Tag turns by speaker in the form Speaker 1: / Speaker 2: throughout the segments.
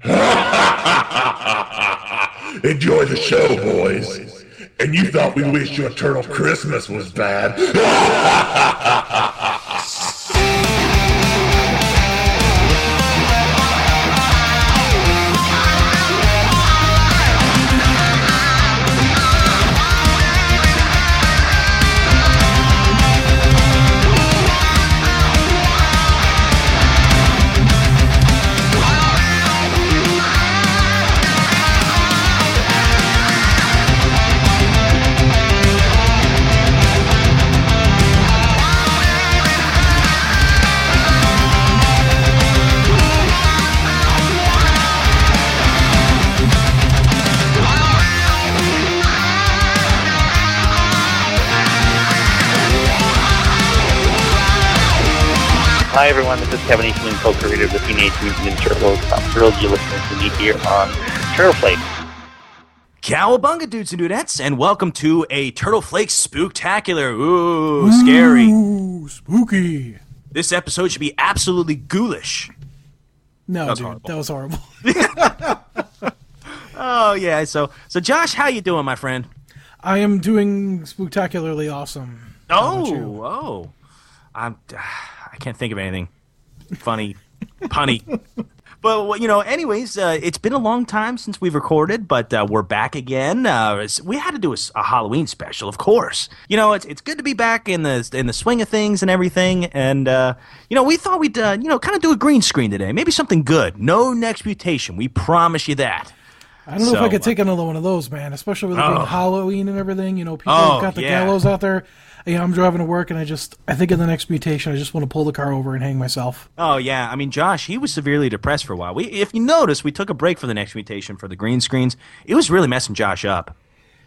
Speaker 1: Enjoy the show, boys. And you thought we wished your turtle Christmas was bad.
Speaker 2: Hi everyone, this is Kevin Eastman, co-creator of the Teenage Mutant Ninja Turtles. I'm thrilled you're listening to me here on Turtle Flake.
Speaker 3: Cowabunga, dudes and dudettes, and welcome to a Turtle Flake Spooktacular. Ooh, scary.
Speaker 4: Ooh, spooky.
Speaker 3: This episode should be absolutely ghoulish.
Speaker 4: No,
Speaker 3: was
Speaker 4: dude,
Speaker 3: horrible.
Speaker 4: that was horrible.
Speaker 3: Oh yeah, so so Josh, how you doing, my friend?
Speaker 4: I am doing spectacularly awesome.
Speaker 3: Oh, oh, I'm I can't think of anything funny, punny. But well, you know, anyways, uh, it's been a long time since we've recorded, but uh, we're back again. Uh, it's- we had to do a, s- a Halloween special, of course. You know, it's it's good to be back in the in the swing of things and everything. And uh, you know, we thought we'd uh, you know kind of do a green screen today, maybe something good. No next mutation, we promise you that.
Speaker 4: I don't know if
Speaker 3: So,
Speaker 4: I could
Speaker 3: uh,
Speaker 4: take another one of those, man. Especially with it
Speaker 3: Oh.
Speaker 4: being Halloween and everything. You know, people
Speaker 3: Oh,
Speaker 4: have got the
Speaker 3: yeah.
Speaker 4: gallows out there. You know, I'm driving to work, and I just, I think in the next mutation, I just want to pull the car over and hang myself.
Speaker 3: Oh yeah, I mean Josh, he was severely depressed for a while. We, if you notice, we took a break for the next mutation for the green screens. It was really messing Josh up.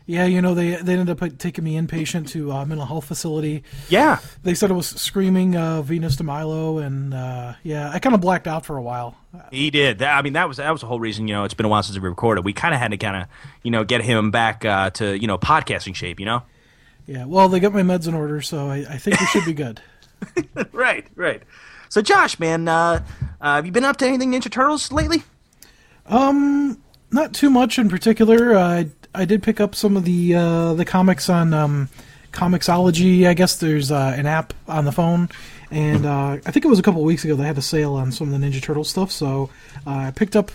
Speaker 4: Yeah, you know, they they ended up taking me inpatient to a mental health facility.
Speaker 3: Yeah,
Speaker 4: They said it was screaming uh, Venus de Milo, and uh, yeah, I kind of blacked out for a while.
Speaker 3: he did. That, I mean, that was that was the whole reason. You know, it's been a while since we recorded. We kind of had to kind of you know get him back uh, to you know podcasting shape. You know.
Speaker 4: Yeah, well, they got my meds in order, so I, I think we should be good.
Speaker 3: Right, right. So Josh, man, uh, uh, have you been up to anything Ninja Turtles lately?
Speaker 4: Um, Not too much in particular. Uh, I I did pick up some of the uh, the comics on um, Comixology. I guess there's uh, an app on the phone, and uh, I think it was a couple of weeks ago they had a sale on some of the Ninja Turtle stuff. So uh, I picked up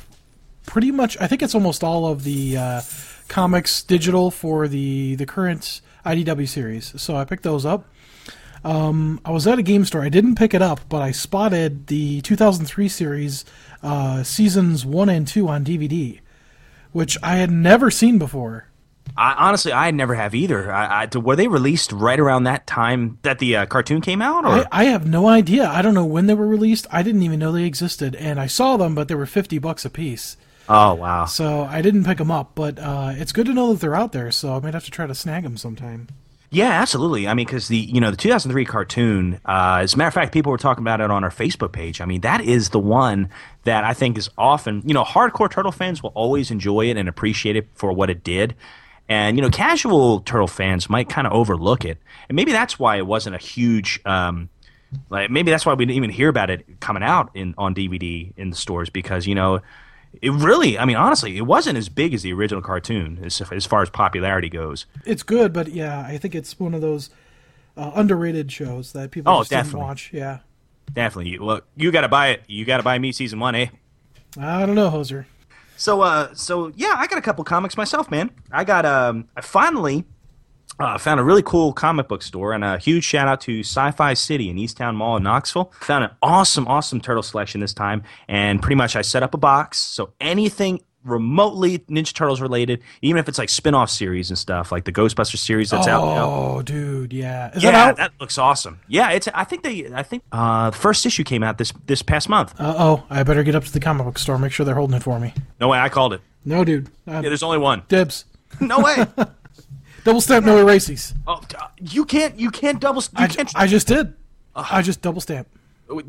Speaker 4: pretty much. I think it's almost all of the uh, comics digital for the the current IDW series. So I picked those up. Um, I was at a game store. I didn't pick it up, but I spotted the 2003 series uh, seasons one and two on DVD, which I had never seen before.
Speaker 3: I, honestly, I never have either. I, I, were they released right around that time that the uh, cartoon came out? Or
Speaker 4: I, I have no idea. I don't know when they were released. I didn't even know they existed, and I saw them, but they were 50 bucks a piece.
Speaker 3: oh wow.
Speaker 4: So I didn't pick them up, but uh, it's good to know that they're out there. So I might have to try to snag them sometime.
Speaker 3: Yeah, absolutely. I mean, because the you know the 2003 cartoon. Uh, as a matter of fact, people were talking about it on our Facebook page. I mean, that is the one that I think is often you know hardcore turtle fans will always enjoy it and appreciate it for what it did, and you know casual turtle fans might kind of overlook it, and maybe that's why it wasn't a huge. Um, like maybe that's why we didn't even hear about it coming out in on DVD in the stores because you know it really. I mean, honestly, it wasn't as big as the original cartoon as, as far as popularity goes.
Speaker 4: It's good, but yeah, I think it's one of those uh, underrated shows that people
Speaker 3: Oh,
Speaker 4: just
Speaker 3: definitely.
Speaker 4: didn't watch. Yeah.
Speaker 3: Definitely. You, look, you got to buy it. You got to buy me season one, eh?
Speaker 4: I don't know, Hoser.
Speaker 3: So, uh, so yeah, I got a couple comics myself, man. I got, um, I finally uh, found a really cool comic book store, and a huge shout out to Sci-Fi City in Easttown Mall in Knoxville. Found an awesome, awesome turtle selection this time, and pretty much I set up a box so anything remotely Ninja Turtles related, even if it's like spin-off series and stuff, like the Ghostbuster series that's out. now.
Speaker 4: Oh, dude, yeah. Is
Speaker 3: Yeah,
Speaker 4: that out?
Speaker 3: that looks awesome. Yeah, it's. I think they. I think uh, the first issue came out this this past month.
Speaker 4: Uh oh, I better get up to the comic book store, make sure they're holding it for me.
Speaker 3: No way, I called it.
Speaker 4: No, dude. Uh,
Speaker 3: Yeah, there's only one.
Speaker 4: dibs.
Speaker 3: No way.
Speaker 4: Double stamp, no erases.
Speaker 3: oh, d- you can't. You can't double. You
Speaker 4: I,
Speaker 3: can't.
Speaker 4: I just did. I just double stamp.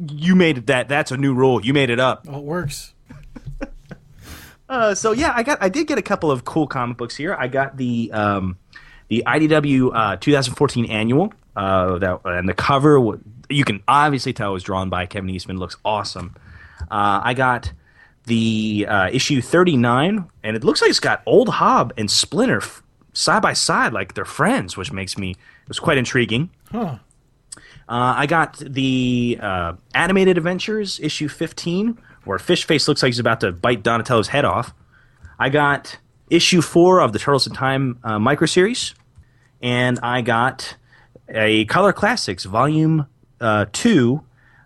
Speaker 3: you made that. That's a new rule. You made it up.
Speaker 4: Oh, it works.
Speaker 3: Uh, so yeah, I got. I did get a couple of cool comic books here. I got the um, the IDW uh, 2014 annual. Uh, that and the cover w- you can obviously tell it was drawn by Kevin Eastman. Looks awesome. Uh, I got the uh, issue 39, and it looks like it's got Old Hob and Splinter f- side by side, like they're friends, which makes me it was quite intriguing.
Speaker 4: Huh.
Speaker 3: Uh, I got the uh, Animated Adventures issue 15, where Fishface looks like he's about to bite Donatello's head off. I got issue four of the Turtles in Time uh, micro series, and I got a Color Classics volume uh, two,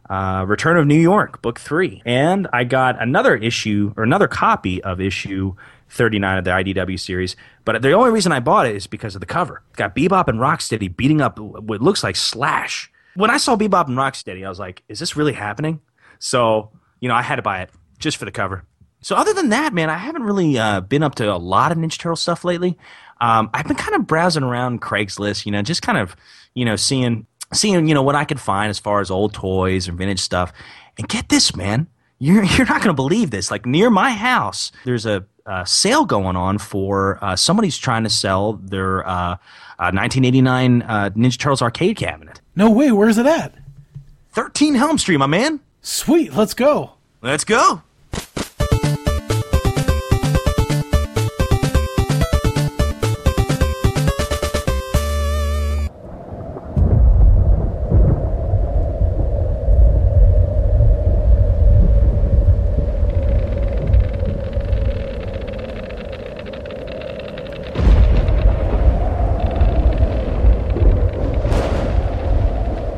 Speaker 3: uh, Return of New York, book three, and I got another issue or another copy of issue. 39 of the IDW series, but the only reason I bought it is because of the cover. It's got Bebop and Rocksteady beating up what looks like Slash. When I saw Bebop and Rocksteady, I was like, is this really happening? So, you know, I had to buy it just for the cover. So other than that, man, I haven't really uh, been up to a lot of Ninja Turtle stuff lately. Um, I've been kind of browsing around Craigslist, you know, just kind of, you know, seeing seeing you know what I could find as far as old toys and vintage stuff. And get this, man, you're you're not going to believe this. Like near my house, there's a, uh sale going on for uh, somebody's trying to sell their uh, uh, 1989 uh, Ninja Turtles arcade cabinet.
Speaker 4: No way. Where's it at?
Speaker 3: 13 Helm Street, my man.
Speaker 4: Sweet. Let's go.
Speaker 3: Let's go.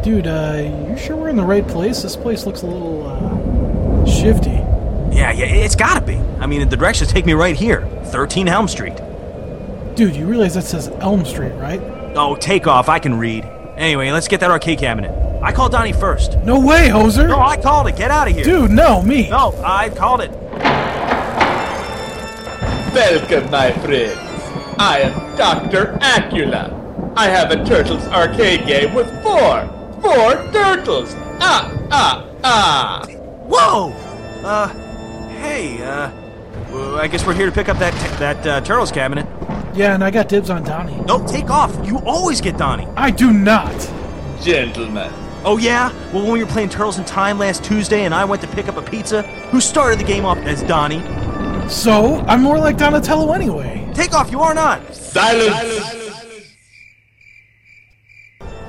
Speaker 4: Dude, uh, you sure we're in the right place? This place looks a little uh, shifty.
Speaker 3: Yeah, yeah, it's gotta be. I mean, the directions take me right here, 13 Helm Street.
Speaker 4: Dude, you realize that says Elm Street, right?
Speaker 3: Oh, take off. I can read. Anyway, let's get that arcade cabinet. I called Donnie first.
Speaker 4: No way, Hoser!
Speaker 3: No, I called it. Get out of here.
Speaker 4: Dude, no, me.
Speaker 3: No, I called it.
Speaker 5: Welcome, my friends. I am Dr. Acula. I have a Turtles arcade game with four, four turtles. Ah, ah, ah.
Speaker 3: Whoa! Uh, hey, uh, well, I guess we're here to pick up that that uh, turtles cabinet.
Speaker 4: Yeah, and I got dibs on Donnie.
Speaker 3: No, take off. You always get Donnie.
Speaker 4: I do not.
Speaker 5: Gentlemen,
Speaker 3: Oh yeah? Well, when we were playing Turtles in Time last Tuesday, and I went to pick up a pizza, who started the game off as Donnie?
Speaker 4: So, I'm more like Donatello anyway.
Speaker 3: Take off. You are not.
Speaker 5: silence.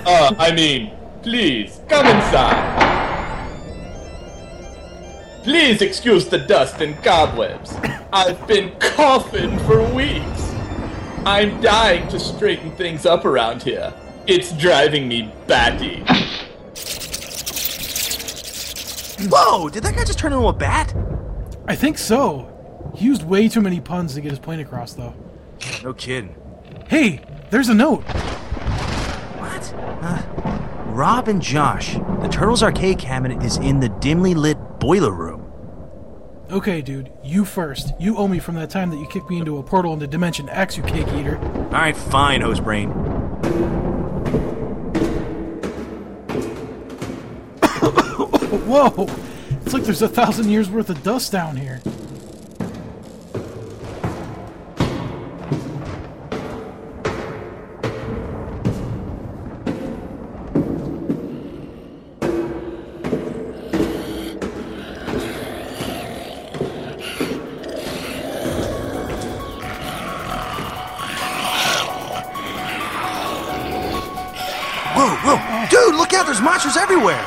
Speaker 5: Uh, I mean, please, come inside. Please excuse the dust and cobwebs. I've been coughing for weeks. I'm dying to straighten things up around here. It's driving me batty.
Speaker 3: Whoa! Did that guy just turn into a bat?
Speaker 4: I think so. He used way too many puns to get his point across, though.
Speaker 3: No kidding.
Speaker 4: Hey, there's a note.
Speaker 3: What? Uh, Rob and Josh, the Turtles arcade cabinet is in the dimly lit boiler room.
Speaker 4: Okay, dude, you first. You owe me from that time that you kicked me into a portal into Dimension X, you cake eater.
Speaker 3: All right, fine, Hosebrain.
Speaker 4: Whoa! It's like there's a thousand years worth of dust down here.
Speaker 3: Whoa, whoa, dude, look out! There's monsters everywhere.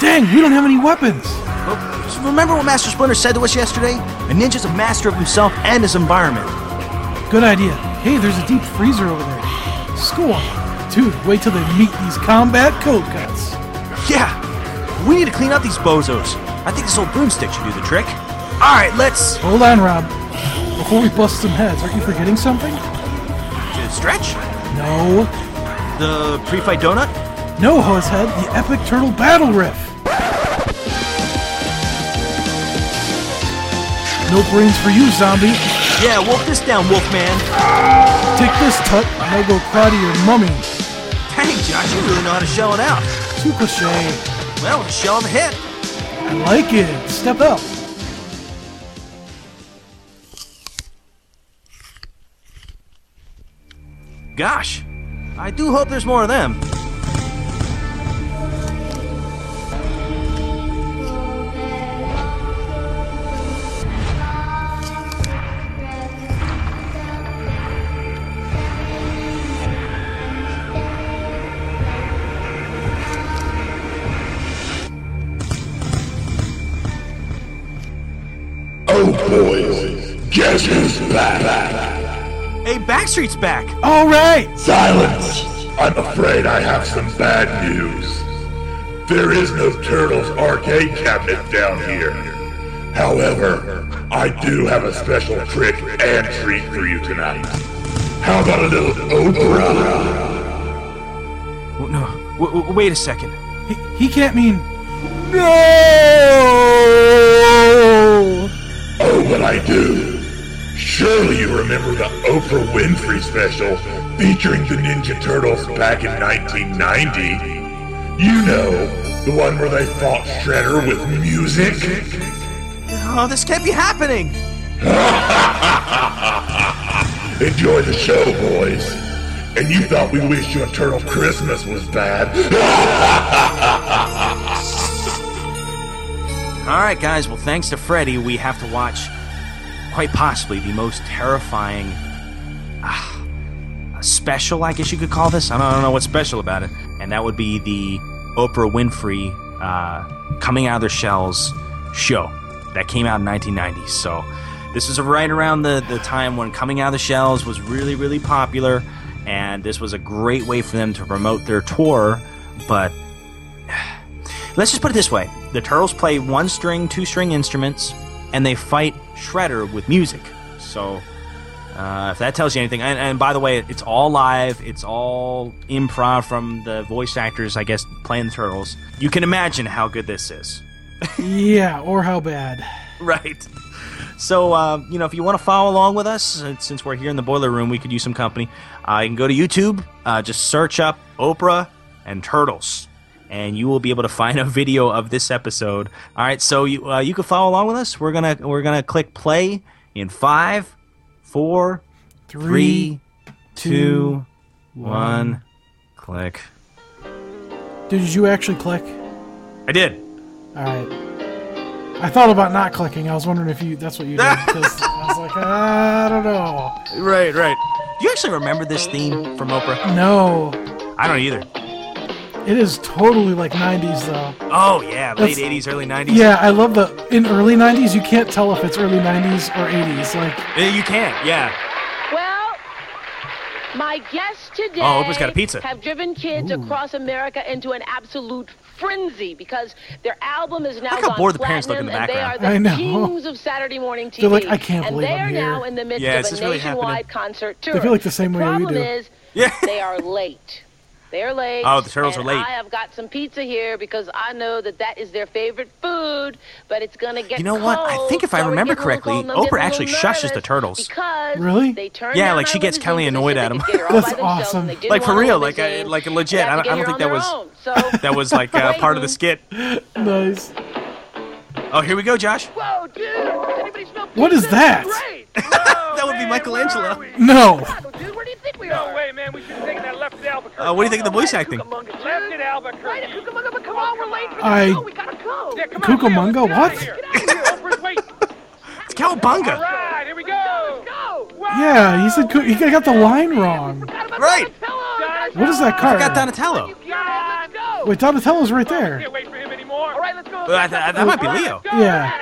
Speaker 4: Dang, we don't have any weapons!
Speaker 3: Oh, Remember what Master Splinter said to us yesterday? A ninja's a master of himself and his environment.
Speaker 4: Good idea. Hey, there's a deep freezer over there. School. Dude, wait till they meet these combat cold cuts.
Speaker 3: Yeah, we need to clean up these bozos. I think this old broomstick should do the trick. All right, let's
Speaker 4: Hold on, Rob. Before we bust some heads, aren't you forgetting something?
Speaker 3: uh, stretch
Speaker 4: No.
Speaker 3: the pre-fight donut.
Speaker 4: No, Hosehead, the epic turtle battle riff! No brains for you, zombie.
Speaker 3: Yeah, wolf this down, Wolfman.
Speaker 4: Take this, Tut, and I'll go cry to your mummy.
Speaker 3: Dang, Josh, you really know how to shell it out.
Speaker 4: Too cliche.
Speaker 3: Well, let's shell him a hit.
Speaker 4: I like it. Step up.
Speaker 3: Gosh, I do hope there's more of them.
Speaker 1: Oh, boys, guess who's back?
Speaker 3: Hey, Backstreet's back.
Speaker 4: All right.
Speaker 1: Silence! I'm afraid I have some bad news. There is no Turtles arcade cabinet down here. However, I do have a special trick and treat for you tonight. How about a little Oprah?
Speaker 4: Oh,
Speaker 3: W- No, w- w- wait a second.
Speaker 4: He, he can't mean.
Speaker 1: Oh!
Speaker 4: No.
Speaker 1: Oh, but I do. Surely you remember the Oprah Winfrey special featuring the Ninja Turtles back in 1990. You know, the one where they fought Shredder with music?
Speaker 3: Oh, this can't be happening.
Speaker 1: Enjoy the show, boys. And you thought we wished your turtle Christmas was bad.
Speaker 3: All right, guys. Well, thanks to Freddy, we have to watch quite possibly the most terrifying ah, special, I guess you could call this. I don't, I don't know what's special about it. And that would be the Oprah Winfrey uh, Coming Out of Their Shells show that came out in 1990. So this was right around the, the time when Coming Out of the Shells was really, really popular. And this was a great way for them to promote their tour. But Let's just put it this way the turtles play one string, two string instruments, and they fight Shredder with music. So, uh, if that tells you anything, and, and by the way, it's all live, it's all improv from the voice actors, I guess, playing the turtles. You can imagine how good this is.
Speaker 4: Yeah. Or how bad?
Speaker 3: Right. So, uh, you know, if you want to follow along with us, uh, since we're here in the boiler room, we could use some company. Uh, you can go to YouTube, uh, just search up Oprah and Turtles, and you will be able to find a video of this episode. All right, so you uh, you can follow along with us. We're gonna we're gonna click play in five, four, three, two, one, click.
Speaker 4: Did you actually click?
Speaker 3: I did.
Speaker 4: All right. I thought about not clicking. I was wondering if you. That's what you did. 'cause uh, I was like, I don't know.
Speaker 3: Right, right. Do you actually remember this theme from Oprah?
Speaker 4: No.
Speaker 3: I don't either.
Speaker 4: It is totally like 90s though.
Speaker 3: Oh yeah, late
Speaker 4: That's-
Speaker 3: '80s, early '90s.
Speaker 4: Yeah, I love the in early '90s. You can't tell if it's early '90s or '80s. Like,
Speaker 3: Eh, You can't, yeah.
Speaker 6: Well, my guests today
Speaker 3: Oh, Oprah's got a pizza.
Speaker 6: have driven kids across America into an absolute frenzy because their album is now
Speaker 3: Look how
Speaker 6: gone
Speaker 3: bored the parents look in
Speaker 6: platinum
Speaker 3: the
Speaker 6: and they are
Speaker 3: background.
Speaker 6: the
Speaker 4: I know.
Speaker 6: kings of Saturday morning TV.
Speaker 4: They're like, "I can't
Speaker 6: and
Speaker 4: believe
Speaker 6: they
Speaker 4: I'm
Speaker 6: are now
Speaker 4: here."
Speaker 6: in the midst
Speaker 3: Yeah, is
Speaker 6: of
Speaker 3: this
Speaker 6: a
Speaker 3: really happening?
Speaker 6: nationwide concert tour.
Speaker 4: feel like the same way we
Speaker 6: problem
Speaker 4: do.
Speaker 6: is
Speaker 3: Yeah.
Speaker 6: they are late. They're late.
Speaker 3: Oh, the turtles
Speaker 6: and
Speaker 3: are late.
Speaker 6: I have got some pizza here because I know that that is their favorite food, but it's gonna get
Speaker 3: You know what? I
Speaker 6: cold,
Speaker 3: think if I
Speaker 6: so we're
Speaker 3: remember
Speaker 6: getting a little
Speaker 3: correctly,
Speaker 6: cold and I'm getting
Speaker 3: Oprah
Speaker 6: a
Speaker 3: actually
Speaker 6: little
Speaker 3: shushes
Speaker 6: nervous
Speaker 3: the turtles.
Speaker 6: because
Speaker 4: Really?
Speaker 6: they turned
Speaker 3: Yeah,
Speaker 6: down
Speaker 3: like, she
Speaker 6: my
Speaker 3: gets
Speaker 6: limousine
Speaker 3: kinda
Speaker 6: because they
Speaker 3: annoyed
Speaker 6: said
Speaker 3: at
Speaker 6: they
Speaker 3: him.
Speaker 6: could get her all
Speaker 4: That's
Speaker 6: by themselves
Speaker 4: awesome.
Speaker 6: and they didn't
Speaker 3: Like, for
Speaker 6: want a
Speaker 3: real, like, I-
Speaker 6: limousine.
Speaker 3: like,
Speaker 6: They'd
Speaker 3: legit,
Speaker 6: have
Speaker 3: I
Speaker 6: to
Speaker 3: don't-
Speaker 6: get
Speaker 3: I don't
Speaker 6: here
Speaker 3: think
Speaker 6: on
Speaker 3: that
Speaker 6: their
Speaker 3: was-
Speaker 6: own. So
Speaker 3: That was like uh, part of the skit.
Speaker 4: nice.
Speaker 3: Oh, here we go, Josh.
Speaker 6: Whoa, dude! Does anybody smell
Speaker 4: What is
Speaker 6: pizza?
Speaker 4: that?
Speaker 6: Great!
Speaker 3: That would be Michelangelo.
Speaker 4: No.
Speaker 6: Wow, dude, where do you think we
Speaker 7: No
Speaker 6: are?
Speaker 7: way, man. We should have taken that left at Albuquerque.
Speaker 3: Uh, what do you think of the voice acting?
Speaker 6: Cucamonga, dude.
Speaker 7: Left at Albuquerque.
Speaker 6: Right at Cucamonga, but come on, we're late for the
Speaker 4: I-
Speaker 6: show. We gotta go.
Speaker 7: Yeah, come on,
Speaker 4: Cucamonga,
Speaker 7: man, let's
Speaker 4: what?
Speaker 7: Get out of here. Oprah's waiting.
Speaker 3: It's Cowabunga.
Speaker 7: All right, here we
Speaker 6: Go,
Speaker 7: go.
Speaker 6: let's go.
Speaker 4: Yeah, he said coo- he got the line wrong.
Speaker 6: Forgot about
Speaker 3: Right.
Speaker 6: Donatello.
Speaker 4: What is that
Speaker 3: I
Speaker 4: car?
Speaker 3: got Donatello.
Speaker 6: Yeah, let's go.
Speaker 4: Wait, Donatello's right there.
Speaker 7: Can't wait for him anymore.
Speaker 6: All right, let's go.
Speaker 3: Uh, that, that- that might be Leo.
Speaker 4: Yeah.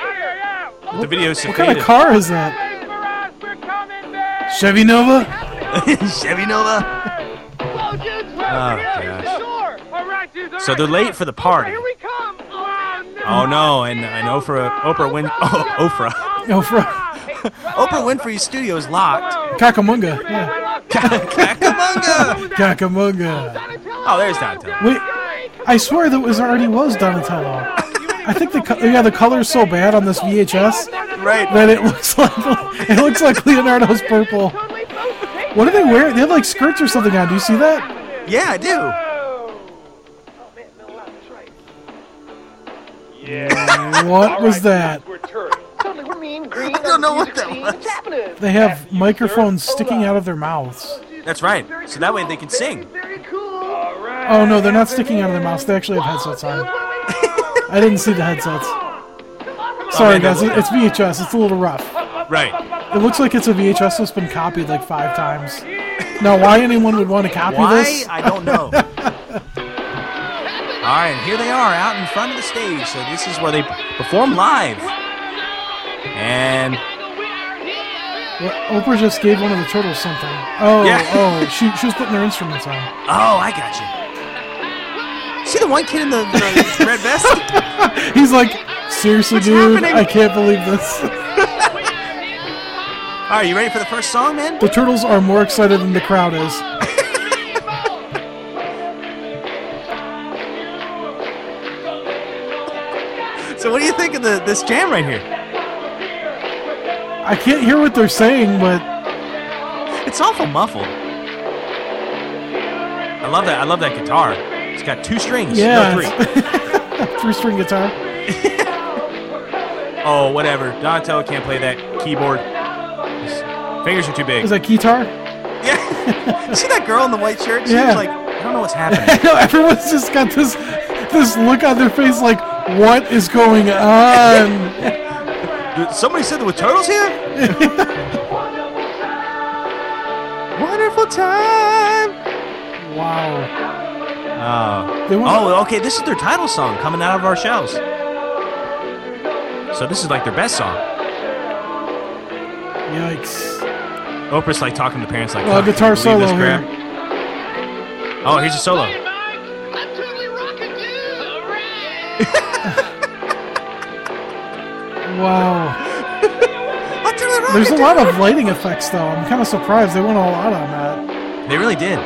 Speaker 3: The video is
Speaker 4: What kind of car is that?
Speaker 7: Wait for us. We're coming back.
Speaker 4: Chevy Nova.
Speaker 3: Chevy Nova.
Speaker 6: Whoa, dude. Oh,
Speaker 3: gosh.
Speaker 6: Sure.
Speaker 7: All right, dudes. all
Speaker 3: So
Speaker 7: right, come
Speaker 3: they're
Speaker 7: on.
Speaker 3: late for the party.
Speaker 7: Here we come. Oh, no.
Speaker 3: Oh no, and and Oprah Oprah Win oh, Oprah
Speaker 4: No, for
Speaker 3: Oprah Winfrey's studio is locked.
Speaker 4: Kakamunga. Yeah.
Speaker 3: Cacamunga.
Speaker 4: Kakamunga.
Speaker 3: Oh, there's Donatello.
Speaker 4: Wait, I swear that was already was Donatello. I think the co- yeah the color's so bad on this VHS
Speaker 3: Right.
Speaker 4: that it looks like it looks like Leonardo's purple. What are they wearing? They have like skirts or something on. Do you see that?
Speaker 3: Yeah, I do.
Speaker 4: What was that?
Speaker 6: Totally, we're mean, green. I
Speaker 3: don't know what that was.
Speaker 6: What's happening?
Speaker 4: They have microphones sticking out of their mouths.
Speaker 3: That's right. So that way they can sing.
Speaker 6: Very cool.
Speaker 4: Oh no, they're not sticking out of their mouths. They actually have headsets on. I didn't see the headsets. Sorry guys, it- it's VHS. It's a little rough.
Speaker 3: Right.
Speaker 4: It looks like it's a VHS that's been copied like five times. Now, why anyone would want to copy
Speaker 3: Why?
Speaker 4: this?
Speaker 3: I don't know. All right, and here they are out in front of the stage. So this is where they perform live. And
Speaker 4: Well, Oprah just gave one of the turtles something. Oh,
Speaker 3: Yeah.
Speaker 4: oh, she, she was putting their instruments on.
Speaker 3: oh, I got you. See the one kid in the, the red vest?
Speaker 4: He's like, seriously,
Speaker 3: What's
Speaker 4: dude,
Speaker 3: happening?
Speaker 4: I can't believe this.
Speaker 3: All right, you ready for the first song, man?
Speaker 4: The turtles are more excited than the crowd is.
Speaker 3: So, what do you think of the this jam right here?
Speaker 4: I can't hear what they're saying, but
Speaker 3: It's awful muffled. I love that. I love that guitar. It's got two strings.
Speaker 4: yeah,
Speaker 3: no three.
Speaker 4: three string guitar.
Speaker 3: Oh, whatever. Donatello can't play that keyboard. His fingers are too big.
Speaker 4: Is that guitar?
Speaker 3: Yeah. you see that girl in the white shirt? She
Speaker 4: Yeah.
Speaker 3: was like, I don't know what's happening.
Speaker 4: No, everyone's just got this this look on their face, like, what is going on?
Speaker 3: Dude, Somebody said there were turtles here? Wonderful time.
Speaker 4: wow.
Speaker 3: Oh.
Speaker 4: They want
Speaker 3: oh, okay. This is their title song, Coming Out of Our Shells. So this is like their best song.
Speaker 4: yikes.
Speaker 3: Oprah's like talking to parents like,
Speaker 4: Well,
Speaker 3: "Fuck,
Speaker 4: guitar
Speaker 3: can you believe
Speaker 4: solo
Speaker 3: this
Speaker 4: here.
Speaker 3: crap?" Oh, here's a solo.
Speaker 7: I'm totally rocking, dude.
Speaker 4: Wow. There's
Speaker 3: There's
Speaker 4: a lot of lighting effects, though. I'm kind of surprised they went all out on that.
Speaker 3: They really did.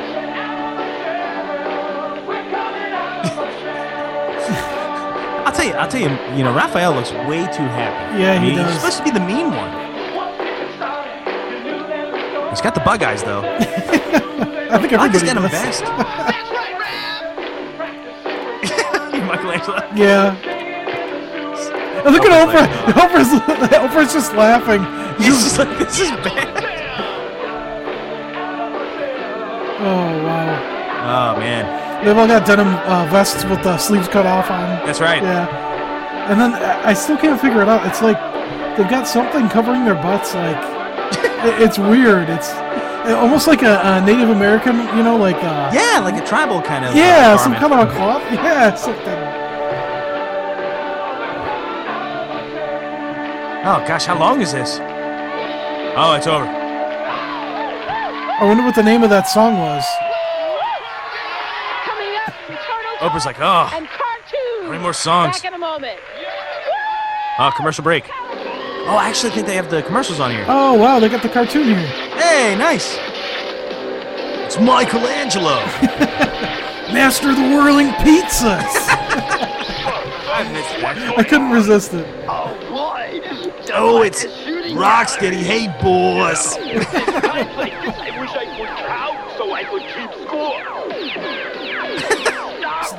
Speaker 3: I'll tell you, I'll tell you, you know, Raphael looks way too happy.
Speaker 4: Yeah,
Speaker 3: I
Speaker 4: he
Speaker 3: mean,
Speaker 4: does.
Speaker 3: He's supposed to be the mean one. He's got the bug eyes, though.
Speaker 4: I think
Speaker 3: I
Speaker 4: everybody
Speaker 3: understand him
Speaker 4: does.
Speaker 3: best. Michelangelo.
Speaker 4: Yeah. And look at Oprah. Oprah's, Oprah's just laughing.
Speaker 3: He's just like, this is bad.
Speaker 4: Oh, wow.
Speaker 3: Oh, man.
Speaker 4: They've all got denim uh, vests with the sleeves cut off on.
Speaker 3: That's right.
Speaker 4: Yeah. And then uh, I I still can't figure it out. It's like they've got something covering their butts. Like it- it's weird. It's almost like a, a Native American, you know, like uh,
Speaker 3: Yeah, like a tribal kind of. uh,
Speaker 4: yeah, some
Speaker 3: garment.
Speaker 4: kind of a cloth. Yeah, something.
Speaker 3: Oh, gosh, how long is this? Oh, it's over.
Speaker 4: I wonder what the name of that song was.
Speaker 6: Coming up, Turtles
Speaker 3: Oprah's like, oh,
Speaker 6: and cartoons.
Speaker 3: How many more songs?
Speaker 6: Back in a moment.
Speaker 3: oh, commercial break. Oh, I actually think they have the commercials on here.
Speaker 4: Oh wow, they got the cartoon here.
Speaker 3: Hey, nice. It's Michelangelo.
Speaker 4: Master of the Whirling Pizzas.
Speaker 3: I missed that.
Speaker 4: I couldn't resist it.
Speaker 3: Oh, it's Rocksteady. Hey, boss.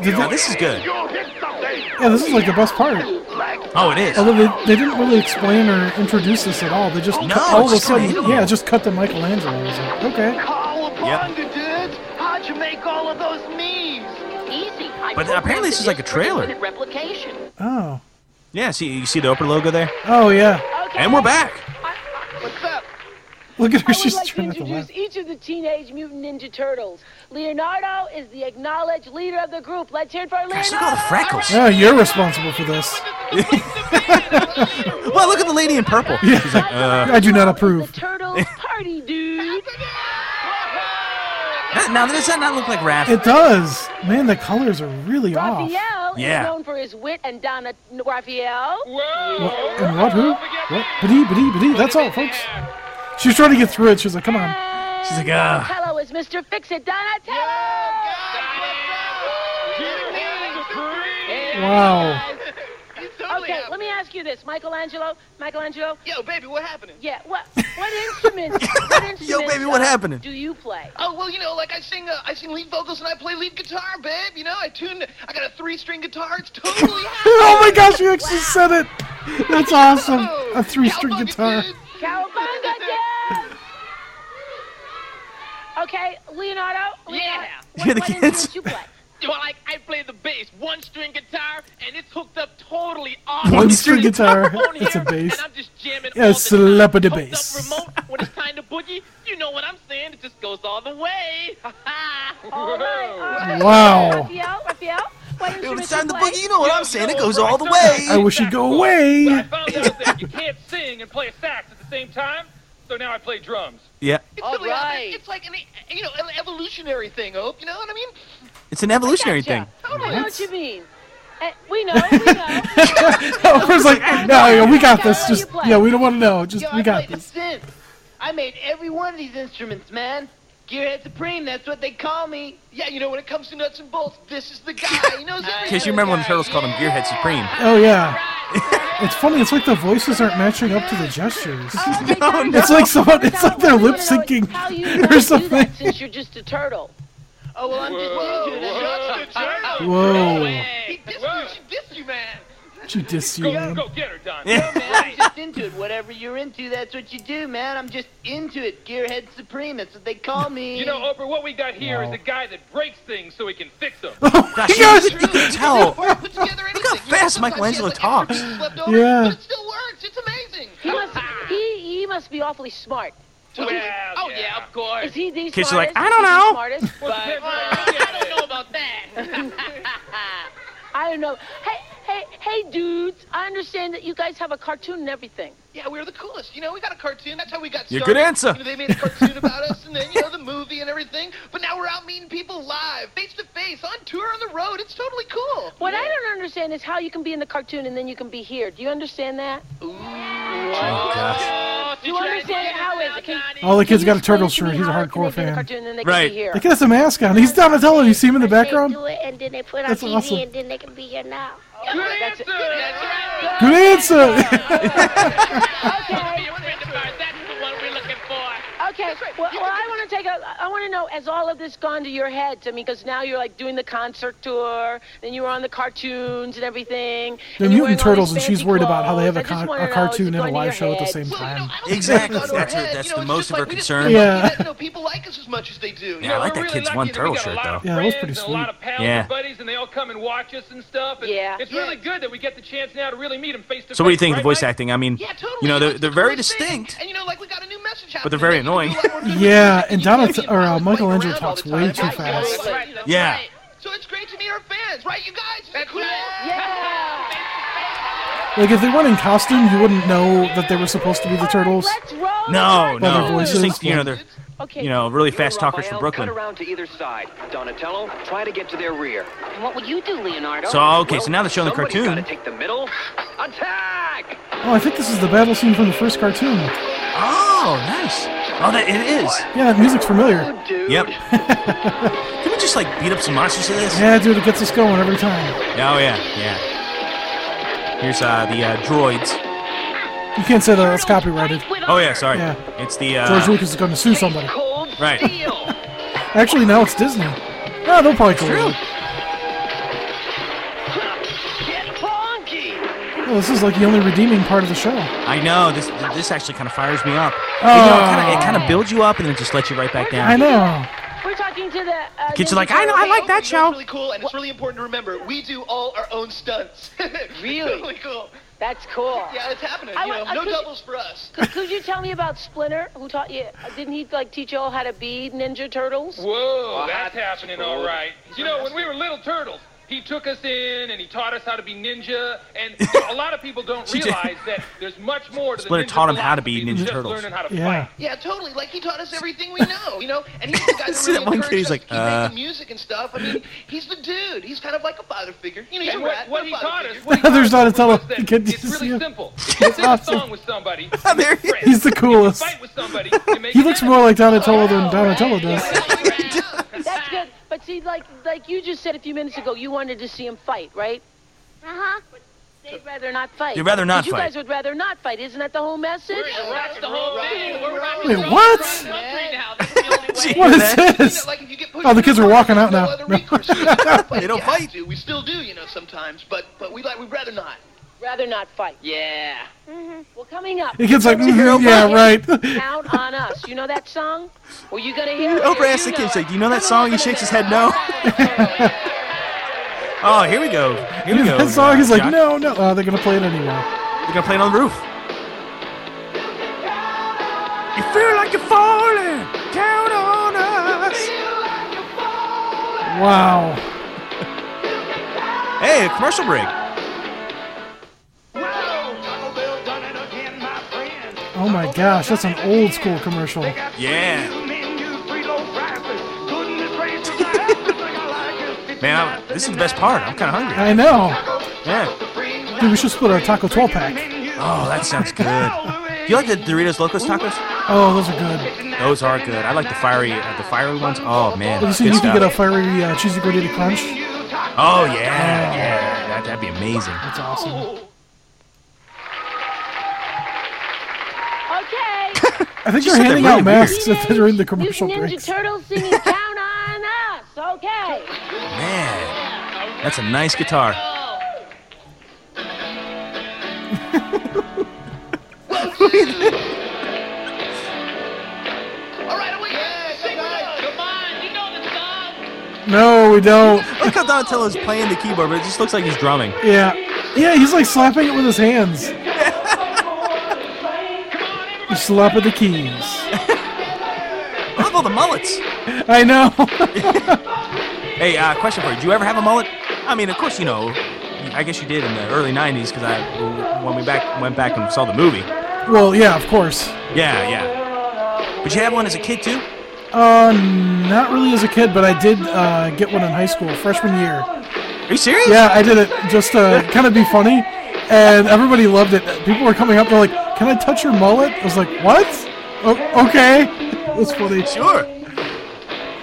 Speaker 4: Did
Speaker 3: Now,
Speaker 4: they,
Speaker 3: this is good.
Speaker 4: yeah, this is like the best part.
Speaker 3: Oh, it is.
Speaker 4: Although they, they didn't really explain or introduce this at all. They just
Speaker 3: No,
Speaker 4: cut, all of a
Speaker 3: just cut
Speaker 4: sudden,
Speaker 3: it.
Speaker 4: yeah, just cut the Michelangelo. It was like, okay.
Speaker 3: Yep.
Speaker 8: How'd you make all of those memes?
Speaker 6: Easy. I
Speaker 3: But apparently this is like a trailer.
Speaker 6: programmed it replication.
Speaker 4: Oh.
Speaker 3: Yeah, see, you see the Oprah logo there?
Speaker 4: Oh yeah.
Speaker 6: Okay.
Speaker 3: And we're back.
Speaker 8: What's up?
Speaker 4: Look at her.
Speaker 6: I would
Speaker 4: She's
Speaker 6: like to
Speaker 4: trying to laugh.
Speaker 6: introduce each of the Teenage Mutant Ninja Turtles. Leonardo is the acknowledged leader of the group. Let's hear it for Leonardo.
Speaker 3: Gosh, look at all the freckles.
Speaker 4: Yeah, you're responsible for this.
Speaker 3: Well, look at the lady in purple. She's like, uh.
Speaker 4: I do not approve.
Speaker 6: The Turtles party, dude.
Speaker 3: that- Now, does that not look like Raph?
Speaker 4: It does. Man, the colors are really off.
Speaker 6: Raphael
Speaker 3: Yeah.
Speaker 6: is known for his wit and Donna Raphael.
Speaker 4: What, and what? Who? What? Badee, badee, badee. That's all, folks. She's trying to get through it. She's like, come on.
Speaker 3: She's like, uh.
Speaker 6: Hello is Mr. Fix It, Donatello.
Speaker 4: Wow.
Speaker 6: Okay, let me ask you this, Michelangelo. Michelangelo,
Speaker 8: Yo, baby, what happened?
Speaker 6: yeah, what what instrument? What instrument?
Speaker 3: baby, what
Speaker 6: uh,
Speaker 3: happening?
Speaker 6: Do you play?
Speaker 8: Oh well, you know, like I sing, uh, I sing lead vocals and I play lead guitar, babe. You know, I tuned, I got a three-string guitar. It's totally.
Speaker 4: Oh my gosh, you actually said it. That's awesome. A three-string
Speaker 8: Cowabunga,
Speaker 4: guitar.
Speaker 8: dude.
Speaker 6: Cowabunga, dude! Okay, Leonardo. Leonardo
Speaker 3: Yeah.
Speaker 6: What,
Speaker 3: You're the
Speaker 6: what
Speaker 3: kids.
Speaker 6: instrument you play?
Speaker 7: Well, like I play the bass, one string guitar, and it's hooked up totally off.
Speaker 4: One string guitar.
Speaker 7: phone
Speaker 4: It's a
Speaker 7: here,
Speaker 4: bass.
Speaker 7: And I'm just jamming.
Speaker 4: Yeah,
Speaker 7: all the
Speaker 4: slap
Speaker 7: time.
Speaker 4: of the
Speaker 7: Hooked up
Speaker 4: bass.
Speaker 7: remote, when it's time to boogie, you know what I'm saying? It just goes all the way.
Speaker 6: All right, all right.
Speaker 4: Wow.
Speaker 6: Raphael, Raphael, what instrument
Speaker 3: It's
Speaker 6: you
Speaker 3: time to
Speaker 6: play?
Speaker 3: boogie. You know what I'm saying? It goes all the
Speaker 4: I
Speaker 3: way.
Speaker 4: wish you'd go
Speaker 7: But
Speaker 4: away.
Speaker 7: I found out that you can't sing sing and play a sax at the same time, so now I play drums.
Speaker 3: Yeah,
Speaker 8: It's
Speaker 6: All
Speaker 8: totally obvious.
Speaker 6: right.
Speaker 8: It's like an you know an evolutionary thing, Ope. You know what I mean?
Speaker 3: it's an evolutionary
Speaker 6: Gotcha.
Speaker 3: thing.
Speaker 6: I know what
Speaker 4: What?
Speaker 6: you mean. Eh, We know, we know.
Speaker 4: Alfred's like, no, yeah, we got this.
Speaker 6: How do you
Speaker 4: Just
Speaker 6: play?
Speaker 4: yeah, we don't want to know. Just
Speaker 9: Yo,
Speaker 4: we
Speaker 9: I
Speaker 4: got
Speaker 9: played
Speaker 4: this.
Speaker 9: the synth. I made every one of these instruments, man. Gearhead Supreme, that's what they call me.
Speaker 8: Yeah, you know when it comes to nuts and bolts, this is the guy. He knows everything.
Speaker 3: In case you remember when the turtles called him Gearhead Supreme.
Speaker 4: Oh yeah. It's funny. It's like the voices aren't matching up to the gestures.
Speaker 6: no,
Speaker 4: It's like someone- it's like they're lip-syncing
Speaker 6: How you
Speaker 4: or
Speaker 6: not do that
Speaker 4: something.
Speaker 6: since you're just a turtle.
Speaker 9: Oh, well, I'm just ninja. That's
Speaker 8: Nuts and turtles.
Speaker 4: Whoa,
Speaker 8: He dissed you. She dissed you, man.
Speaker 4: she dissed you,
Speaker 7: Go,
Speaker 4: man.
Speaker 7: go get her, Don.
Speaker 9: I'm just into it. Whatever you're into, that's what you do, man. I'm just into it. Gearhead Supreme, that's what they call me.
Speaker 7: You know, Oprah, what we got here
Speaker 3: Oh.
Speaker 7: is a guy that breaks things so he can fix them.
Speaker 4: Oh
Speaker 3: Gosh, you guys can
Speaker 8: It's
Speaker 3: tell.
Speaker 8: hard to put together anything.
Speaker 3: how
Speaker 8: You know,
Speaker 3: fast
Speaker 8: sometimes
Speaker 3: Michelangelo
Speaker 8: she has, like,
Speaker 3: talks.
Speaker 8: everything left over,
Speaker 4: Yeah.
Speaker 8: But it still works. It's amazing.
Speaker 6: He must, he, he must be awfully smart.
Speaker 7: Well,
Speaker 8: Oh yeah, of course.
Speaker 6: Is he the smartest?
Speaker 3: Kids are like, "I
Speaker 6: Is
Speaker 3: don't
Speaker 6: he the
Speaker 3: know."
Speaker 6: smartest?
Speaker 7: Well, depends on how you
Speaker 8: I
Speaker 7: get
Speaker 8: don't
Speaker 7: it.
Speaker 8: know about that.
Speaker 6: I don't know. Hey, hey, hey, dudes! I understand that you guys have a cartoon and everything.
Speaker 8: Yeah, we were the coolest. You know, we got a cartoon. That's how we got
Speaker 3: Yeah,
Speaker 8: started.
Speaker 3: good answer.
Speaker 8: You know, they made a cartoon about us, and then you know the movie and everything. But now we're out meeting people live, face to face, on tour, on the road. It's totally cool.
Speaker 6: What I don't understand is how you can be in the cartoon and then you can be here. Do you understand that?
Speaker 3: Oh,
Speaker 8: Oh,
Speaker 6: Do you understand how is it? Can,
Speaker 4: All the kids
Speaker 6: can
Speaker 4: got
Speaker 6: you
Speaker 4: a turtle
Speaker 6: explain
Speaker 4: shirt.
Speaker 6: to me
Speaker 4: He's a
Speaker 6: how it can
Speaker 4: hardcore
Speaker 6: they be in the
Speaker 4: fan.
Speaker 6: cartoon and then they
Speaker 3: Right.
Speaker 6: Can be here?
Speaker 4: The kid has a mask on. He's Donatello. You see him in the background?
Speaker 10: do it, and then they put on
Speaker 4: That's
Speaker 10: TV,
Speaker 4: awesome.
Speaker 10: and then they can be here now.
Speaker 6: That's it.
Speaker 4: Good answer.
Speaker 6: Okay.
Speaker 7: That's the one we're looking for.
Speaker 6: Okay. Well, well, I want to take a. I want to know, has all of this gone to your head? I mean, because now you're like doing the concert tour, then you were on the cartoons and everything.
Speaker 4: They're
Speaker 6: and you're wearing
Speaker 4: mutant
Speaker 6: all
Speaker 4: turtles, and
Speaker 6: these
Speaker 4: she's
Speaker 6: fancy
Speaker 4: worried about how they have a,
Speaker 6: clothes. I just
Speaker 4: con-
Speaker 6: wanna
Speaker 4: a
Speaker 6: know,
Speaker 4: cartoon
Speaker 6: is it
Speaker 4: and a
Speaker 6: going to
Speaker 4: live
Speaker 6: your
Speaker 4: show at the
Speaker 6: head?
Speaker 4: same
Speaker 8: Well, you know,
Speaker 4: time.
Speaker 8: I don't think
Speaker 3: Exactly.
Speaker 8: it's on our
Speaker 3: That's what-
Speaker 8: head.
Speaker 3: that's
Speaker 8: you know,
Speaker 3: the
Speaker 8: it's
Speaker 3: most
Speaker 8: just
Speaker 3: of our
Speaker 8: like we just
Speaker 3: concern.
Speaker 8: feel lucky
Speaker 4: Yeah.
Speaker 8: That, no, people like us as much as they do.
Speaker 3: Yeah, I
Speaker 7: we're
Speaker 3: like that
Speaker 7: really
Speaker 3: kid's
Speaker 7: lucky
Speaker 3: one
Speaker 7: that
Speaker 3: turtle
Speaker 7: we got
Speaker 3: shirt,
Speaker 7: a lot
Speaker 3: though.
Speaker 7: Of
Speaker 4: Yeah, that was pretty
Speaker 7: friends and A lot
Speaker 4: sweet.
Speaker 7: of pals
Speaker 3: Yeah.
Speaker 7: and buddies, and they all come and watch us and stuff. And
Speaker 6: Yeah.
Speaker 7: It's really good that we get the chance now to really meet them face to face.
Speaker 3: So what do you think of the
Speaker 7: right,
Speaker 3: voice
Speaker 7: Mike?
Speaker 3: acting? I mean,
Speaker 8: Yeah, totally.
Speaker 3: you
Speaker 8: That's
Speaker 3: know, they're,
Speaker 8: the
Speaker 3: they're very
Speaker 8: coolest thing.
Speaker 3: distinct.
Speaker 8: And you know, like we got a new message out.
Speaker 3: But they're very
Speaker 8: there that you
Speaker 3: annoying.
Speaker 8: can do a lot more good
Speaker 4: Yeah,
Speaker 8: music
Speaker 4: and
Speaker 8: you can't
Speaker 4: Donat-
Speaker 8: be
Speaker 4: or, uh,
Speaker 8: involved with
Speaker 4: Michelangelo
Speaker 8: playing around all the
Speaker 4: talks way
Speaker 8: time.
Speaker 4: too
Speaker 8: Right,
Speaker 4: fast.
Speaker 8: that's right, that's
Speaker 3: Yeah.
Speaker 8: right. So it's great to meet our fans, right, you guys? Isn't it cool?
Speaker 6: Yeah.
Speaker 4: Like, if they weren't in costume, you wouldn't know that they were supposed to be the turtles.
Speaker 6: Let's roll.
Speaker 3: No,
Speaker 4: Well, their
Speaker 6: the
Speaker 3: no.
Speaker 6: cartoon.
Speaker 3: Just
Speaker 4: voices.
Speaker 3: think, you know, they're
Speaker 6: Okay.
Speaker 3: you know really fast talkers from Brooklyn.
Speaker 11: around to either side. Donatello, try to get to their rear.
Speaker 9: what would you do, Leonardo?
Speaker 3: So okay, so now they're showing the
Speaker 11: Somebody's
Speaker 3: cartoon.
Speaker 11: gotta take the middle. Attack!
Speaker 4: Oh, I think this is the battle scene from the first cartoon.
Speaker 3: Oh, nice. Oh, that it is.
Speaker 4: Yeah, that music's familiar.
Speaker 11: Dude.
Speaker 3: Yep. Can we just like beat up some monsters to this?
Speaker 4: Yeah, dude, it gets us going every time.
Speaker 3: Oh yeah, yeah. Here's uh the uh, droids.
Speaker 4: You can't say that that's copyrighted.
Speaker 3: Oh yeah, sorry.
Speaker 4: Yeah.
Speaker 3: It's the
Speaker 4: George
Speaker 3: uh,
Speaker 4: Lucas is going to sue somebody.
Speaker 11: Cold
Speaker 3: Right.
Speaker 11: steel.
Speaker 4: Actually, now it's Disney. No, they'll probably go with it.
Speaker 11: Get funky!
Speaker 4: Well, this is like the only redeeming part of the show.
Speaker 3: I know this this actually kind of fires me up.
Speaker 4: Oh,
Speaker 3: It kind of builds you up and then just lets you right back down.
Speaker 4: I know.
Speaker 6: We're talking to the. Uh,
Speaker 3: Kids are
Speaker 6: Ninja
Speaker 3: like, I know,
Speaker 6: Turtles.
Speaker 3: I like that
Speaker 8: You know, it's
Speaker 3: show.
Speaker 8: really cool, and it's really important to remember. We do all our own stunts. It's
Speaker 6: Really?
Speaker 8: totally cool.
Speaker 6: That's cool.
Speaker 8: Yeah, it's happening.
Speaker 6: I
Speaker 8: you
Speaker 6: want-
Speaker 8: know,
Speaker 6: I
Speaker 8: no
Speaker 6: could-
Speaker 8: doubles for us.
Speaker 6: Could, could you tell me about Splinter? Who taught you? Didn't he like teach you all how to be Ninja Turtles?
Speaker 7: Whoa, that's happening all right. You know, when we were little turtles, he took us in and he taught us how to be ninja. And a lot of people don't
Speaker 3: She did.
Speaker 7: realize that there's much more to
Speaker 3: Splinter
Speaker 7: the ninja
Speaker 3: taught him how to be
Speaker 7: philosophy than
Speaker 3: Ninja
Speaker 7: just
Speaker 3: Turtles.
Speaker 7: learning how to
Speaker 4: Yeah.
Speaker 7: fight.
Speaker 8: Yeah, totally. Like he taught us everything we know, you know. And he's the guy that
Speaker 3: See
Speaker 8: really
Speaker 3: that one
Speaker 8: encouraged
Speaker 3: kid, he's
Speaker 8: us
Speaker 3: like,
Speaker 8: to keep
Speaker 3: uh.
Speaker 8: making music and stuff. I mean, he's the dude. He's kind of like a father figure. You know, he's
Speaker 7: And
Speaker 8: a
Speaker 7: what,
Speaker 8: rat,
Speaker 7: what
Speaker 8: but a
Speaker 7: he
Speaker 8: father
Speaker 7: taught us,
Speaker 8: figure.
Speaker 7: what he
Speaker 4: There's
Speaker 7: taught us
Speaker 4: Donatello.
Speaker 7: was that
Speaker 4: You can't
Speaker 7: It's
Speaker 4: just see
Speaker 7: really
Speaker 4: him.
Speaker 7: simple. You sing a
Speaker 4: awesome.
Speaker 7: song with somebody.
Speaker 3: There he
Speaker 7: friends.
Speaker 4: He's the coolest.
Speaker 7: Fight with somebody. you make
Speaker 4: He looks
Speaker 7: an
Speaker 4: more like Donatello than Donatello does.
Speaker 6: That's good. But see, like like you just said a few minutes ago, you wanted to see him fight, right?
Speaker 10: Uh-huh.
Speaker 6: They'd rather not fight.
Speaker 3: They'd rather not
Speaker 6: But you
Speaker 3: fight.
Speaker 6: guys would rather not fight. Isn't that the whole message?
Speaker 7: That's the whole thing. We're rock
Speaker 4: Wait,
Speaker 7: and roll
Speaker 4: what?
Speaker 7: across the country now. That's the only way.
Speaker 4: What
Speaker 3: Yeah,
Speaker 4: is
Speaker 3: that-
Speaker 8: You know,
Speaker 4: this?
Speaker 8: like if you get pushed
Speaker 4: Oh, the
Speaker 8: in
Speaker 4: kids are
Speaker 8: car,
Speaker 4: walking out
Speaker 8: there's no
Speaker 4: now.
Speaker 8: other recourse. You know, but
Speaker 3: They don't
Speaker 8: you have
Speaker 3: fight.
Speaker 8: to. We still do, you know, sometimes. But but we like we'd rather not.
Speaker 6: Rather not fight.
Speaker 8: Yeah.
Speaker 6: Well, coming up,
Speaker 4: The kid's like, mhm, yeah, right. Oh,
Speaker 6: count on us. You know that song? Well, you gonna hear it.
Speaker 3: Oprah
Speaker 6: You
Speaker 3: asks the
Speaker 6: know
Speaker 3: kid, he's
Speaker 6: it.
Speaker 3: like, "Do you know that song?" He shakes his head, no. oh, here we go. Here we go.
Speaker 4: That song is
Speaker 3: uh,
Speaker 4: like,
Speaker 3: Josh.
Speaker 4: no, no. Oh, they're going to play it anyway.
Speaker 3: They're gonna play it on the roof. You feel like you're falling. Count on us.
Speaker 4: Wow.
Speaker 3: Hey, a commercial break.
Speaker 11: Well, Taco Bell done it again, my friend.
Speaker 4: Oh my gosh, that's an old school commercial.
Speaker 3: Yeah. Man, I'm- this is the best part. I'm kind of hungry.
Speaker 4: I know.
Speaker 3: Yeah.
Speaker 4: Dude, we should split our taco 12 pack.
Speaker 3: Oh, that sounds good. Do you like the Doritos Locos Tacos?
Speaker 4: Oh, those are good.
Speaker 3: Those are good. I like the fiery, uh, the fiery ones. Oh man,
Speaker 4: Well, you see,
Speaker 3: good
Speaker 4: you can
Speaker 3: stuff.
Speaker 4: get a fiery uh, cheesy gordita crunch.
Speaker 3: Oh yeah, yeah. That, that'd be amazing.
Speaker 4: That's awesome.
Speaker 6: Okay.
Speaker 4: I think
Speaker 3: She said
Speaker 4: they're
Speaker 3: they're
Speaker 4: handing
Speaker 3: really
Speaker 4: out masks during the commercial
Speaker 6: Mutant Ninja
Speaker 4: breaks.
Speaker 6: Turtles singing Down on Us. Okay.
Speaker 3: Man, that's a nice guitar.
Speaker 4: No, we don't.
Speaker 3: Look how Donatello's playing the keyboard, but it just looks like he's drumming.
Speaker 4: Yeah. Yeah, he's like slapping it with his hands. You slap at the keys.
Speaker 3: I love all the mullets.
Speaker 4: I know.
Speaker 3: Hey, uh, question for you. Do you ever have a mullet? I mean, of course, you know. I guess you did in the early '90s because I, when we back went back and saw the movie.
Speaker 4: well, yeah, of course.
Speaker 3: Yeah, yeah. But you had one as a kid too.
Speaker 4: Uh, not really as a kid, but I did uh, get one in high school, freshman year.
Speaker 3: Are you serious?
Speaker 4: Yeah, I did it just to kind of be funny, and everybody loved it. People were coming up, they're like, "Can I touch your mullet?" I was like, "What? O- okay." That's funny.
Speaker 3: Sure.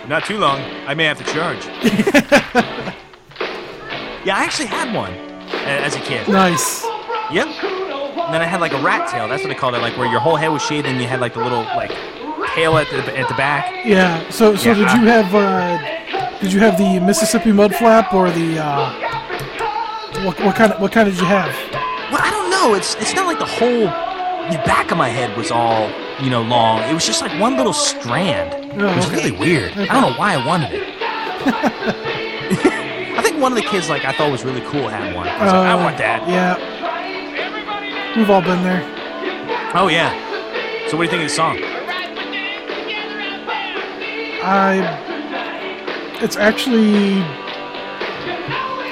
Speaker 3: Not too long. I may have to charge. yeah, I actually had one a- as a kid.
Speaker 4: Nice.
Speaker 3: Yep. And then I had like a rat tail. That's what they called it, like where your whole head was shaved and you had like the little like tail at the at the back.
Speaker 4: Yeah. So, so did
Speaker 3: Yeah.
Speaker 4: you have uh, did you have the Mississippi mud flap or the uh, what, what kind of what kind did you have?
Speaker 3: Well, I don't know. It's it's not like the whole the back of my head was all you know long. It was just like one little strand.
Speaker 4: Oh,
Speaker 3: it was
Speaker 4: okay.
Speaker 3: really weird. I don't know why I wanted it. I think one of the kids like I thought was really cool had one. I was like, I
Speaker 4: Uh,
Speaker 3: want that.
Speaker 4: Yeah. We've all been there.
Speaker 3: Oh yeah. So what do you think of the song?
Speaker 4: I. It's actually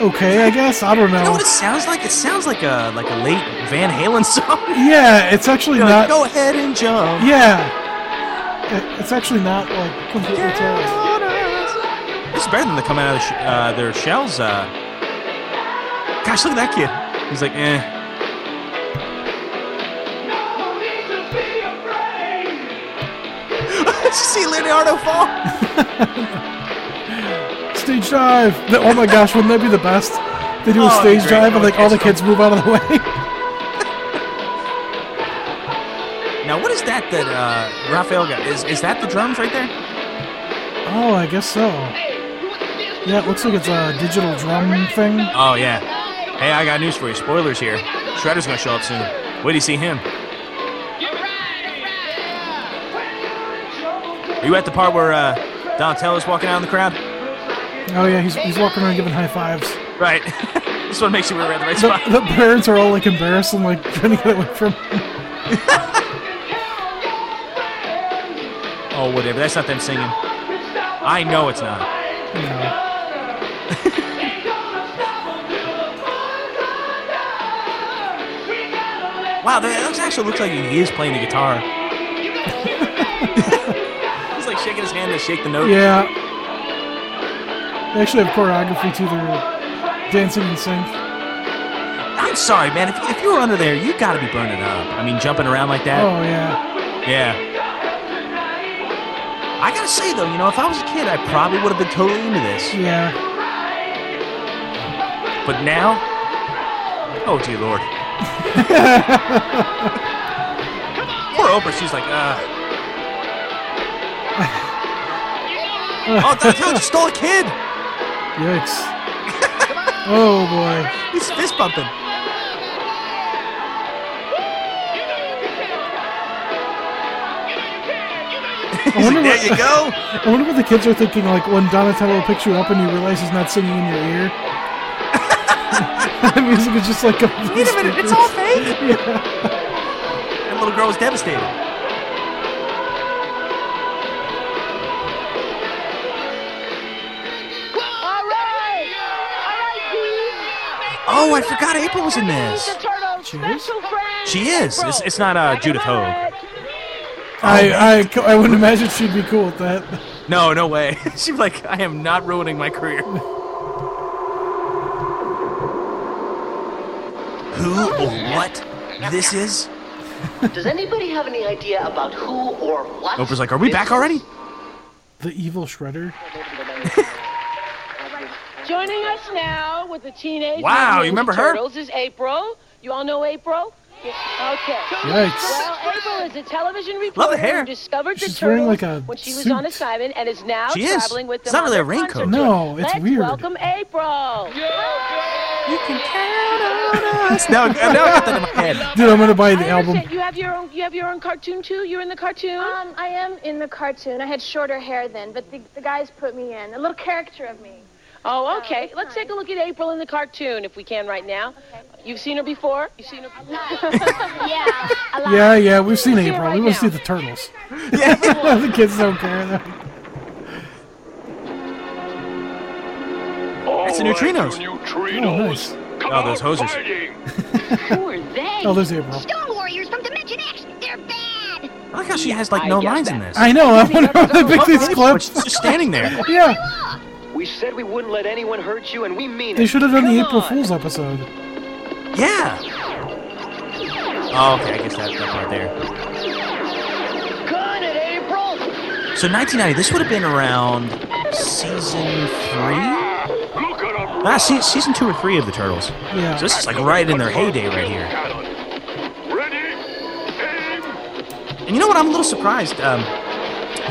Speaker 4: okay, I guess. I don't
Speaker 3: You know what
Speaker 4: know.
Speaker 3: it sounds like? It sounds like a like a late Van Halen song.
Speaker 4: Yeah, it's actually
Speaker 3: You're
Speaker 4: not.
Speaker 3: like, Go ahead and jump.
Speaker 4: Yeah. It, it's actually not like completely terrible.
Speaker 3: It's better than the coming out of the sh- uh, their shells. Uh... Gosh, look at that kid. He's like, eh. Did you see Leonardo fall?
Speaker 4: Stage dive. The- oh my gosh, wouldn't that be the best? They do
Speaker 3: Oh,
Speaker 4: a
Speaker 3: it'd be
Speaker 4: stage
Speaker 3: great.
Speaker 4: dive
Speaker 3: All
Speaker 4: and
Speaker 3: the
Speaker 4: like all the
Speaker 3: kids
Speaker 4: kids move out of the way.
Speaker 3: Now, what is that that uh, Raphael got? Is is that the drums right there?
Speaker 4: Oh, I guess so. Yeah, it looks like it's a digital drum thing.
Speaker 3: Oh yeah. Hey, I got news for you. Spoilers here. Shredder's gonna show up soon. Where do you see him? Are you at the part where uh, Donatello's walking out in the crowd?
Speaker 4: Oh yeah, he's, he's walking around giving high fives.
Speaker 3: Right. this one makes sure we were at the right
Speaker 4: The,
Speaker 3: spot.
Speaker 4: the parents are all like embarrassed and like trying to get away from him.
Speaker 3: Oh, whatever. That's not them singing. I know it's not.
Speaker 4: You know.
Speaker 3: Wow, that that actually looks like he is playing the guitar. He's like shaking his hand to shake the note.
Speaker 4: Yeah. They actually have choreography to their dancing and sync.
Speaker 3: I'm sorry, man. If, if you were under there, you gotta be burning up. I mean, jumping around like that.
Speaker 4: Oh yeah.
Speaker 3: Yeah. I gotta say though, you know, if I was a kid, I probably would have been totally into this.
Speaker 4: Yeah.
Speaker 3: But now, oh dear lord. Poor Oprah, she's like, uh. oh, Donatello just stole a kid.
Speaker 4: Yikes. Oh boy.
Speaker 3: He's fist bumping.
Speaker 4: I wonder
Speaker 3: There you
Speaker 4: what
Speaker 3: go.
Speaker 4: I wonder what the kids are thinking like when Donatello picks you up and you realize he's not singing in your ear. the music is just like a
Speaker 3: Wait a minute, it's all fake. That little girl was devastated.
Speaker 6: All right. All right, Dean.
Speaker 3: Oh, I forgot April was in this.
Speaker 6: Ninja Turtle special friend.
Speaker 3: She is. It's,
Speaker 6: April.
Speaker 3: it's not uh, Judith Hogue.
Speaker 4: I, I, I wouldn't imagine she'd be cool with that.
Speaker 3: No, no way. She's like, I am not ruining my career. Who or what this is?
Speaker 12: Does anybody have any idea about who or what?
Speaker 3: Oprah's like, are we back already?
Speaker 4: The evil shredder.
Speaker 6: Joining us now with the teenage
Speaker 3: Wow, you
Speaker 6: Mutant Ninja
Speaker 3: remember her?
Speaker 6: Turtles is April. You all know April. Okay.
Speaker 4: Yikes.
Speaker 6: Well, April is a television reporter
Speaker 4: hair.
Speaker 6: who discovered
Speaker 4: She's
Speaker 6: the
Speaker 4: wearing
Speaker 6: turtles
Speaker 4: like a
Speaker 6: when she was
Speaker 4: suit.
Speaker 6: on assignment and is now
Speaker 4: She is.
Speaker 6: traveling with
Speaker 4: It's
Speaker 6: them.
Speaker 4: not
Speaker 6: on
Speaker 4: really a
Speaker 6: their concert
Speaker 4: raincoat.
Speaker 6: tour.
Speaker 4: No, it's
Speaker 6: Let's
Speaker 4: weird.
Speaker 6: Welcome April.
Speaker 3: You can count on us. Now, now I got that in my head.
Speaker 4: Dude, I'm gonna buy the album.
Speaker 6: You have your own. You have your own cartoon too. You're in the cartoon.
Speaker 13: Um, I am in the cartoon. I had shorter hair then, but the, the guys put me in. A little character of me.
Speaker 6: Oh, okay. Let's take a look at April in the cartoon if we can right now. You've seen her before. You've seen her. yeah.
Speaker 4: Yeah, yeah, we've seen
Speaker 6: See it
Speaker 4: April.
Speaker 6: right
Speaker 4: we want
Speaker 6: now.
Speaker 4: to see the turtles. the kids don't care.
Speaker 3: It's a neutrinos.
Speaker 4: Oh, nice.
Speaker 3: Oh, those hoses.
Speaker 14: Who are they?
Speaker 4: Oh, there's April.
Speaker 14: Stone Warriors from Dimension X. They're bad.
Speaker 3: I like how she has like no lines in this.
Speaker 4: I know. I wonder how they pick these
Speaker 3: But
Speaker 4: clips.
Speaker 3: She's just standing there.
Speaker 4: Yeah,
Speaker 11: We said we wouldn't let anyone hurt you, and we mean it.
Speaker 4: they should have done the April Fools episode.
Speaker 3: Yeah. Oh, okay, I guess that, that part there.
Speaker 11: Gun it, April!
Speaker 3: So 1990, this would have been around season three? Ah, se- season two or three of the Turtles.
Speaker 4: Yeah.
Speaker 3: So this is like right in their heyday right here. And you know what? I'm a little surprised. Um,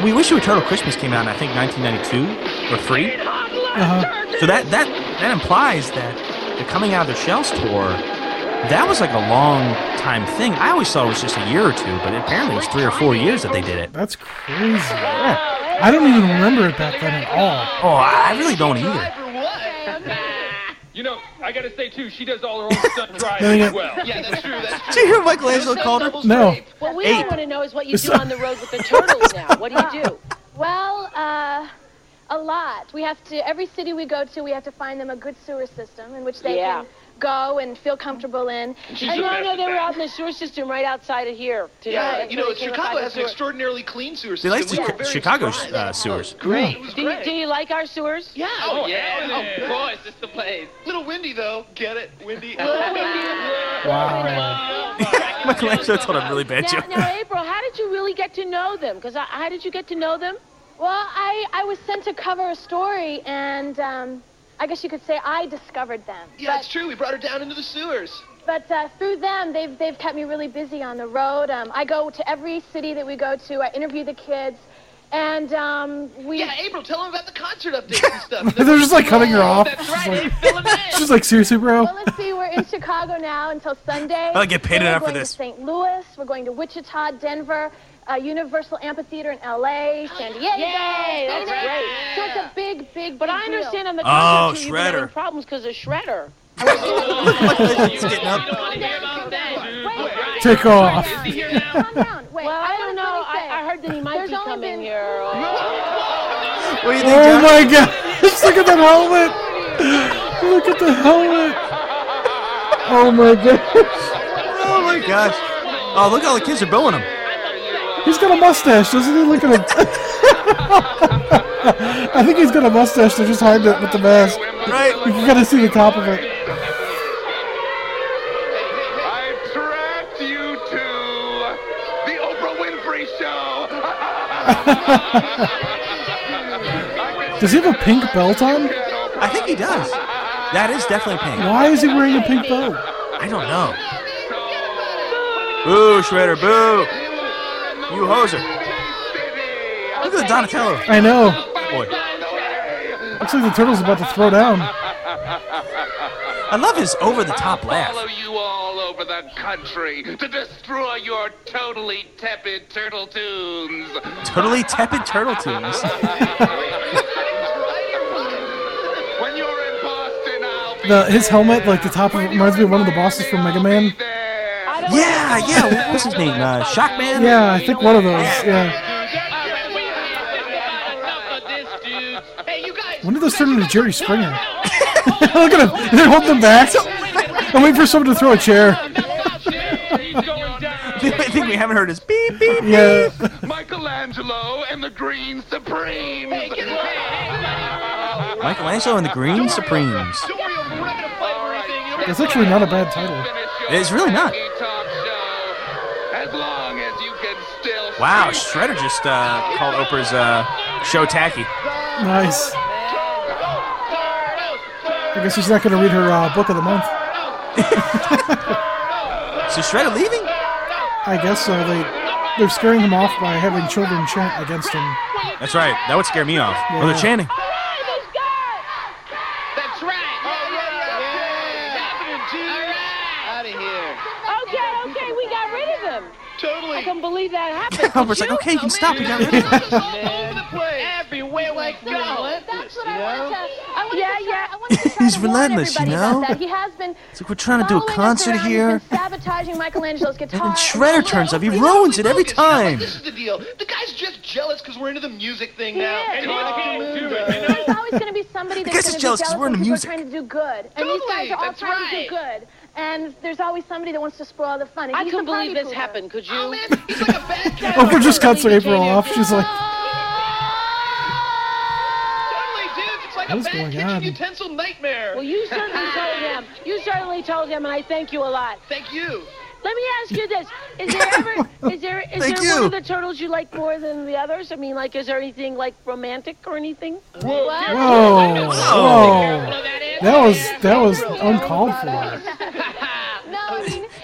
Speaker 3: we Wish You Were Turtle Christmas came out in, I think, 1992 or three.
Speaker 4: Uh-huh.
Speaker 3: So that, that, that implies that the Coming Out of Their Shells tour, that was like a long time thing. I always thought it was just a year or two, but apparently it was three or four years that they did it.
Speaker 4: That's crazy. I don't even remember it back then at all.
Speaker 3: Oh, I I really don't either.
Speaker 7: You know, I gotta say too, she does all her own stunt
Speaker 4: Dang
Speaker 7: driving
Speaker 4: it.
Speaker 7: as well. Yeah, that's true. That's
Speaker 3: Do you hear Michelangelo called her?
Speaker 4: No.
Speaker 6: What we all want to know is what you
Speaker 4: It's
Speaker 6: do
Speaker 4: not-
Speaker 6: on the road with the turtles now. What do you do?
Speaker 13: Well, uh, a lot. We have to, every city we go to, we have to find them a good sewer system in which they
Speaker 6: Yeah.
Speaker 13: can go and feel comfortable in.
Speaker 6: I no, no, they were out in the sewer system right outside of here. today.
Speaker 8: Yeah,
Speaker 6: That's
Speaker 8: you
Speaker 6: where
Speaker 8: know,
Speaker 6: they came up
Speaker 8: Chicago
Speaker 6: out of
Speaker 8: has
Speaker 6: the
Speaker 8: an
Speaker 6: sewer.
Speaker 8: extraordinarily clean sewer
Speaker 3: They
Speaker 8: system.
Speaker 3: like
Speaker 8: We were
Speaker 3: Chica-
Speaker 8: very
Speaker 3: Chicago's
Speaker 8: surprised.
Speaker 3: uh, sewers.
Speaker 8: Great.
Speaker 6: Do you, do you like our sewers? Yeah.
Speaker 8: Oh, yeah.
Speaker 6: yeah.
Speaker 8: Oh, boy, it's just the place. Little windy, though. Get it? Windy.
Speaker 3: Wow. Michelangelo told a really bad
Speaker 6: Now,
Speaker 3: joke.
Speaker 6: now, April, how did you really get to know them? Because how did you get to know them?
Speaker 13: Well, I, I was sent to cover a story, and um, I guess you could say I discovered them.
Speaker 8: Yeah, it's true. We brought her down into the sewers.
Speaker 13: But uh, through them, they've, they've kept me really busy on the road. Um, I go to every city that we go to. I interview the kids, and um, we.
Speaker 8: Yeah, April, tell them about the concert updates and stuff.
Speaker 4: They're just like cutting her off.
Speaker 8: That's
Speaker 4: She's
Speaker 8: right.
Speaker 4: like,
Speaker 8: Fill 'em in.
Speaker 4: she's like, seriously, bro.
Speaker 13: Well, let's see. We're in Chicago now until Sunday.
Speaker 3: I'll get paid
Speaker 13: Then
Speaker 3: enough
Speaker 13: we're
Speaker 3: for
Speaker 13: going
Speaker 3: this.
Speaker 13: To St. Louis. We're going to Wichita, Denver, uh, Universal Amphitheater in L.A., San Diego.
Speaker 6: Yay, that's
Speaker 13: Phoenix.
Speaker 6: great.
Speaker 13: So it's a big, big.
Speaker 6: But
Speaker 13: big
Speaker 6: I understand
Speaker 13: deal.
Speaker 6: on the
Speaker 3: Oh,
Speaker 6: concert too, you've been having
Speaker 3: Shredder.
Speaker 6: problems because of Shredder.
Speaker 4: Take off.
Speaker 6: Wait, well, I, don't know. I, I heard that he might be coming here.
Speaker 4: Oh my gosh! Look at that helmet. Look at the helmet. Oh my gosh.
Speaker 3: Oh my gosh. Oh, look how the kids are booing him.
Speaker 4: He's got a mustache, doesn't he? Look at him. I think he's got a mustache. They're just hiding it with the mask.
Speaker 3: Right.
Speaker 4: You can kind of see the top of it.
Speaker 7: The Oprah Winfrey Show.
Speaker 4: Does he have a pink belt on?
Speaker 3: I think he does. That is definitely pink.
Speaker 4: Why is he wearing a pink belt?
Speaker 3: I don't know. Boo, Shredder, boo. You hoser. Look at the Donatello.
Speaker 4: I know.
Speaker 3: Boy.
Speaker 4: Looks like the turtle's about to throw down.
Speaker 3: I love his over the top laugh.
Speaker 7: to destroy your totally tepid turtle tunes.
Speaker 3: Totally tepid turtle tunes.
Speaker 4: The his helmet, like the top of it, reminds me of one of the bosses from Mega Man.
Speaker 3: Yeah, yeah. What was his name? Uh, Shockman?
Speaker 4: Yeah, I think one of those. Yeah. When did those turn into Jerry Springer? Look at him. They hold them back. And wait for someone to throw a chair.
Speaker 3: The only thing we haven't heard is beep, beep, beep.
Speaker 4: Yeah.
Speaker 15: Michelangelo and the Green Supreme. Hey, get away!
Speaker 3: Michelangelo and the Green Supremes.
Speaker 4: That's actually not a bad title.
Speaker 3: It's really not.
Speaker 15: As long as you can still.
Speaker 3: Wow, Shredder just uh, called Oprah's uh, show tacky.
Speaker 4: Nice. I guess she's not going to read her uh, book of the month.
Speaker 3: So Shredder leaving?
Speaker 4: I guess so. They they're scaring him off by having children chant against him.
Speaker 3: That's right. That would scare me off.
Speaker 4: Yeah.
Speaker 3: Well, they're chanting.
Speaker 8: That's right. Out of here.
Speaker 6: Okay, okay, we got rid of them. Totally. I can't believe that happened.
Speaker 3: Albert's like, okay, you can stop. You got rid of it.
Speaker 8: Everywhere we go.
Speaker 13: That's what I wanted to. I wanted
Speaker 6: Yeah,
Speaker 13: to try,
Speaker 6: yeah.
Speaker 13: I wanted to try
Speaker 3: He's
Speaker 13: to warn
Speaker 3: relentless, you
Speaker 13: everybody
Speaker 3: know?
Speaker 13: About that. He has been
Speaker 3: It's like we're trying to do a
Speaker 13: following us
Speaker 3: concert
Speaker 13: around. He's
Speaker 3: here.
Speaker 13: been sabotaging Michelangelo's guitar.
Speaker 3: And Shredder turns up. He ruins it every time.
Speaker 8: This is the deal. The guy's just jealous because we're into the music thing now.
Speaker 13: is. And he
Speaker 8: can't do it.
Speaker 13: There's always going to be somebody that's
Speaker 8: guess
Speaker 13: going to
Speaker 8: it's
Speaker 13: be
Speaker 8: jealous
Speaker 13: jealous
Speaker 8: 'cause we're into
Speaker 13: because
Speaker 8: music.
Speaker 13: trying to do good, and these guys
Speaker 6: Totally,
Speaker 13: are all
Speaker 6: that's
Speaker 13: trying to
Speaker 6: right.
Speaker 13: do good. And there's always somebody that wants to spoil the fun. And
Speaker 6: I
Speaker 13: he's
Speaker 6: couldn't
Speaker 13: the party
Speaker 6: believe this
Speaker 13: pooper.
Speaker 6: happened. Could you?
Speaker 4: Oprah just cuts April off. She's like,
Speaker 8: Totally, dude. It's like
Speaker 4: What
Speaker 8: a
Speaker 4: is
Speaker 8: bad
Speaker 4: going
Speaker 8: kitchen
Speaker 4: on?
Speaker 8: utensil nightmare.
Speaker 6: Well, you certainly told him. You certainly told him, and I thank you a lot.
Speaker 8: Thank you.
Speaker 6: Let me ask you this: Is there ever is there is
Speaker 8: Thank
Speaker 6: there one
Speaker 8: you.
Speaker 6: of the turtles you like more than the others? I mean, like, is there anything like romantic or anything?
Speaker 4: whoa, whoa, that was that was uncalled for.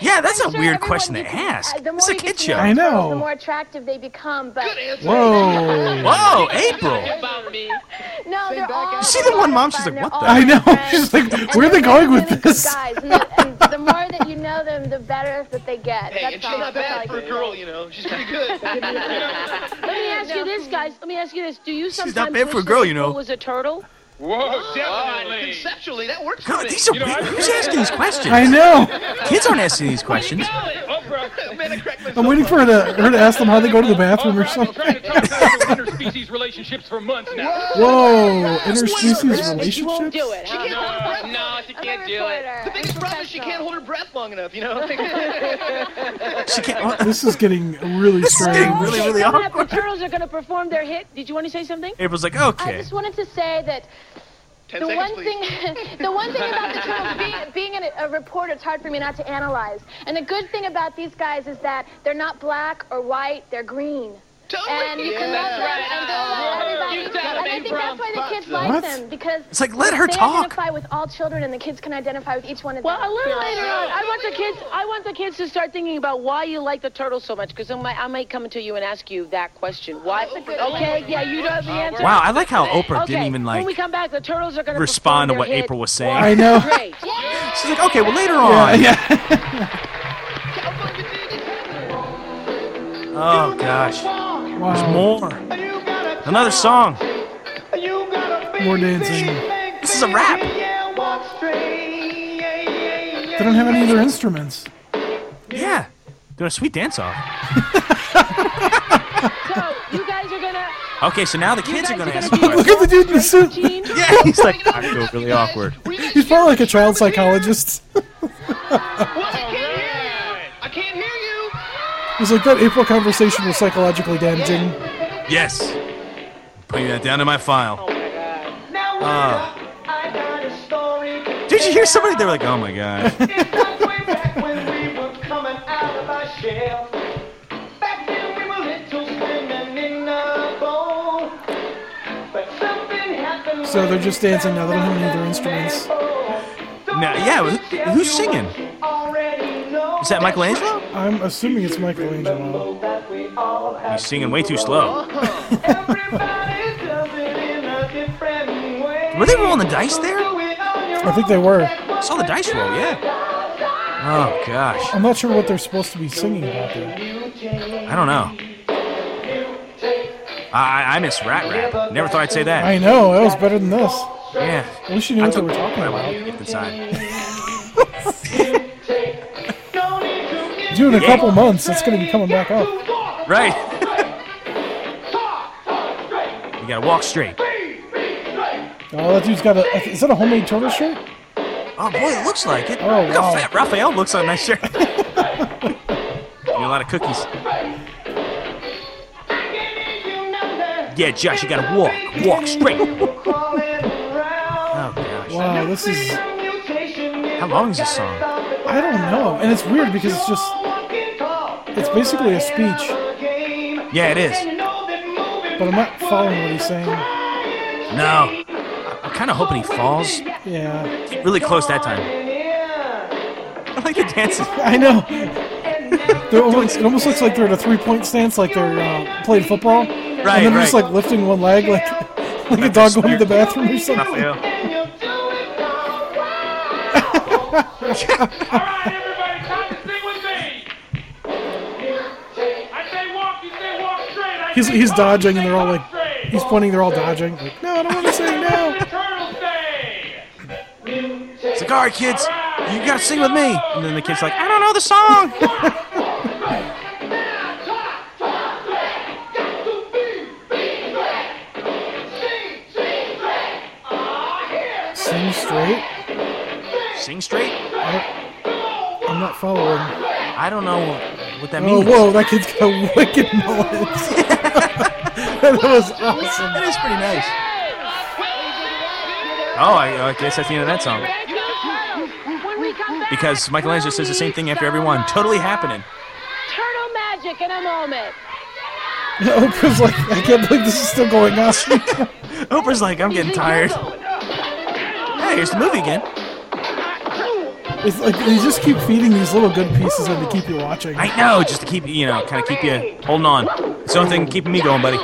Speaker 3: Yeah, that's a weird question to ask.
Speaker 13: Uh, the more
Speaker 3: It's a
Speaker 13: you get to
Speaker 3: kid
Speaker 13: know
Speaker 3: show.
Speaker 13: the turtles, The more attractive they become, but
Speaker 3: Whoa. Whoa, April.
Speaker 13: no, they're all.
Speaker 3: See the one mom? She's like, what the?
Speaker 4: I know. She's like, where are they going with this?
Speaker 13: guys, and the, and the more that you know them, the better that they get.
Speaker 8: Hey,
Speaker 13: That's
Speaker 8: and
Speaker 13: all.
Speaker 8: she's not
Speaker 13: That's all I
Speaker 8: bad for a
Speaker 13: can
Speaker 8: girl, you know. She's pretty good.
Speaker 6: Let me ask you this, guys. Let me ask you this: Do you sometimes
Speaker 3: not bad
Speaker 6: wish
Speaker 3: for a
Speaker 6: that
Speaker 3: girl, you
Speaker 6: April
Speaker 3: know.
Speaker 6: Was a turtle?
Speaker 15: Whoa, definitely.
Speaker 8: Conceptually, that works.
Speaker 3: God, these are weird. Who's asking these questions?
Speaker 4: I know.
Speaker 3: Kids aren't asking these questions.
Speaker 4: I'm waiting for her to her to ask them how they go to the bathroom or something.
Speaker 7: Species relationships for months now.
Speaker 4: Whoa, interspecies relationship.
Speaker 6: do it.
Speaker 8: She can't hold her breath. No, she can't do it. The biggest problem is she can't hold her breath long enough, you know?
Speaker 4: Uh, This is getting really strange.
Speaker 3: really, really
Speaker 6: coming
Speaker 3: awkward.
Speaker 6: Up, the turtles are going to perform their hit. Did you want to say something?
Speaker 3: April's like,
Speaker 13: I
Speaker 3: okay.
Speaker 13: just wanted to say that
Speaker 6: Ten
Speaker 13: the
Speaker 6: seconds,
Speaker 13: one thing, the one thing about the turtles being, being an, a reporter, it's hard for me not to analyze. And the good thing about these guys is that they're not black or white; they're green.
Speaker 8: Totally.
Speaker 13: And you can love them, and they'll love everybody. And I think that's why the kids like
Speaker 3: What?
Speaker 13: them because
Speaker 3: It's like, let her
Speaker 13: they
Speaker 3: talk.
Speaker 13: identify with all children, and the kids can identify with each one of them.
Speaker 6: Well, a little later on, I want the kids. I want the kids to start thinking about why you like the turtles so much, because I might, I might come to you and ask you that question. Why?
Speaker 8: Oh,
Speaker 6: Okay, yeah, you don't have the answer.
Speaker 3: Wow, I like how Oprah
Speaker 6: okay,
Speaker 3: didn't even, like,
Speaker 6: When we come back, the turtles are going to
Speaker 3: respond to what April was saying.
Speaker 4: I know.
Speaker 6: Great.
Speaker 3: She's like, okay, well, later on.
Speaker 4: Yeah,
Speaker 3: Oh, gosh. There's more. Another song.
Speaker 4: More dancing.
Speaker 3: This is a rap.
Speaker 4: They don't have any other instruments.
Speaker 3: Yeah. Doing a sweet dance off.
Speaker 6: So you guys are going to.
Speaker 3: Okay, so now the
Speaker 6: You
Speaker 3: kids are
Speaker 6: guys
Speaker 3: going to
Speaker 6: are
Speaker 3: ask
Speaker 6: gonna Oh
Speaker 3: questions.
Speaker 4: Look at the dude in the suit.
Speaker 3: Yeah, he's like, I feel really awkward.
Speaker 4: He's probably like a child psychologist.
Speaker 8: I can't hear you.
Speaker 4: He's like, that April conversation was psychologically damaging.
Speaker 3: Yes. Putting that down in Oh, my file. Ah. Did you hear somebody? They were like, oh my gosh.
Speaker 4: So they're just dancing now. They don't have any other instruments.
Speaker 3: Now, yeah, who- who's singing? Is that Michelangelo?
Speaker 4: I'm assuming it's Michelangelo.
Speaker 3: He's singing way too slow. Were they rolling the dice there?
Speaker 4: I think they were.
Speaker 3: saw the dice roll, yeah. Oh gosh,
Speaker 4: I'm not sure what they're supposed to be singing about there.
Speaker 3: I don't know. I I- I miss Rat Rap. Never thought I'd say that.
Speaker 4: I know, that was better than this.
Speaker 3: Yeah.
Speaker 4: At least you knew what they were talking
Speaker 3: I
Speaker 4: about.
Speaker 3: will get inside.
Speaker 4: Dude, in a couple months, it's going to be coming back up.
Speaker 3: Right. you gotta walk straight.
Speaker 4: Oh, that dude's got a. Is that a homemade turtle shirt?
Speaker 3: Oh boy, it looks like it.
Speaker 4: Oh,
Speaker 3: Look how
Speaker 4: wow.
Speaker 3: fat Raphael looks on that shirt. Need a lot of cookies. Yeah, Josh, you gotta walk, walk straight. oh gosh.
Speaker 4: Wow, this is.
Speaker 3: How long is this song?
Speaker 4: I don't know, and it's weird because it's just. It's basically a speech,
Speaker 3: Yeah, it is.
Speaker 4: but I'm not following what he's saying.
Speaker 3: No, I- I'm kind of hoping he falls
Speaker 4: Yeah.
Speaker 3: really close that time. I like the dances.
Speaker 4: I know. They're almost, it almost looks like they're in a three-point stance, like they're uh, playing football,
Speaker 3: Right,
Speaker 4: and then just
Speaker 3: right.
Speaker 4: like lifting one leg, like like a dog going to the bathroom or something.
Speaker 3: Raphael.
Speaker 4: he's he's dodging, and they're all like, he's pointing, they're all dodging. Like, no, I don't want to say no.
Speaker 3: It's like, all right, kids, you gotta sing with me. And then the kid's like, I don't know the song.
Speaker 4: Sing straight.
Speaker 3: Sing straight.
Speaker 4: I don't, I'm not following.
Speaker 3: I don't know what that
Speaker 4: oh,
Speaker 3: means.
Speaker 4: whoa, that kid's got wicked mullets. that was awesome.
Speaker 3: That is pretty nice. Oh, I, I guess that's the end of that song.
Speaker 6: When we come back,
Speaker 3: Because Michelangelo says the same thing after every one. Totally happening.
Speaker 6: turtle magic in a moment.
Speaker 4: Oprah's like, I can't believe this is still going on.
Speaker 3: Oprah's like, I'm getting tired. Hey, here's the movie again.
Speaker 4: it's like they just keep feeding these little good pieces and they keep you watching.
Speaker 3: I know, just to keep you know, kind of keep you holding on. It's the only thing keeping me going, buddy.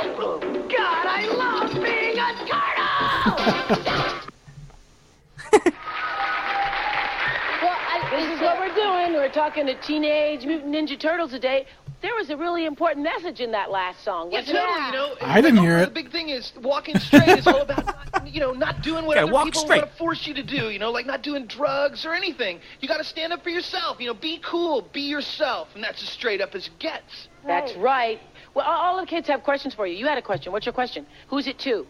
Speaker 6: Well, I, this is what we're doing. We're talking to Teenage Mutant Ninja Turtles today. There was a really important message in that last song.
Speaker 8: Yeah,
Speaker 6: wasn't
Speaker 8: totally,
Speaker 6: there?
Speaker 8: you know.
Speaker 4: I didn't hear
Speaker 8: The big thing is walking straight is all about, not, you know, not doing what
Speaker 3: Yeah,
Speaker 8: other
Speaker 3: walk
Speaker 8: people
Speaker 3: straight.
Speaker 8: want to force you to do. You know, like not doing drugs or anything. You got to stand up for yourself. You know, be cool, be yourself, and that's as straight up as it gets.
Speaker 6: That's right. Well, all all the kids have questions for you. You had a question. What's your question? Who's it to?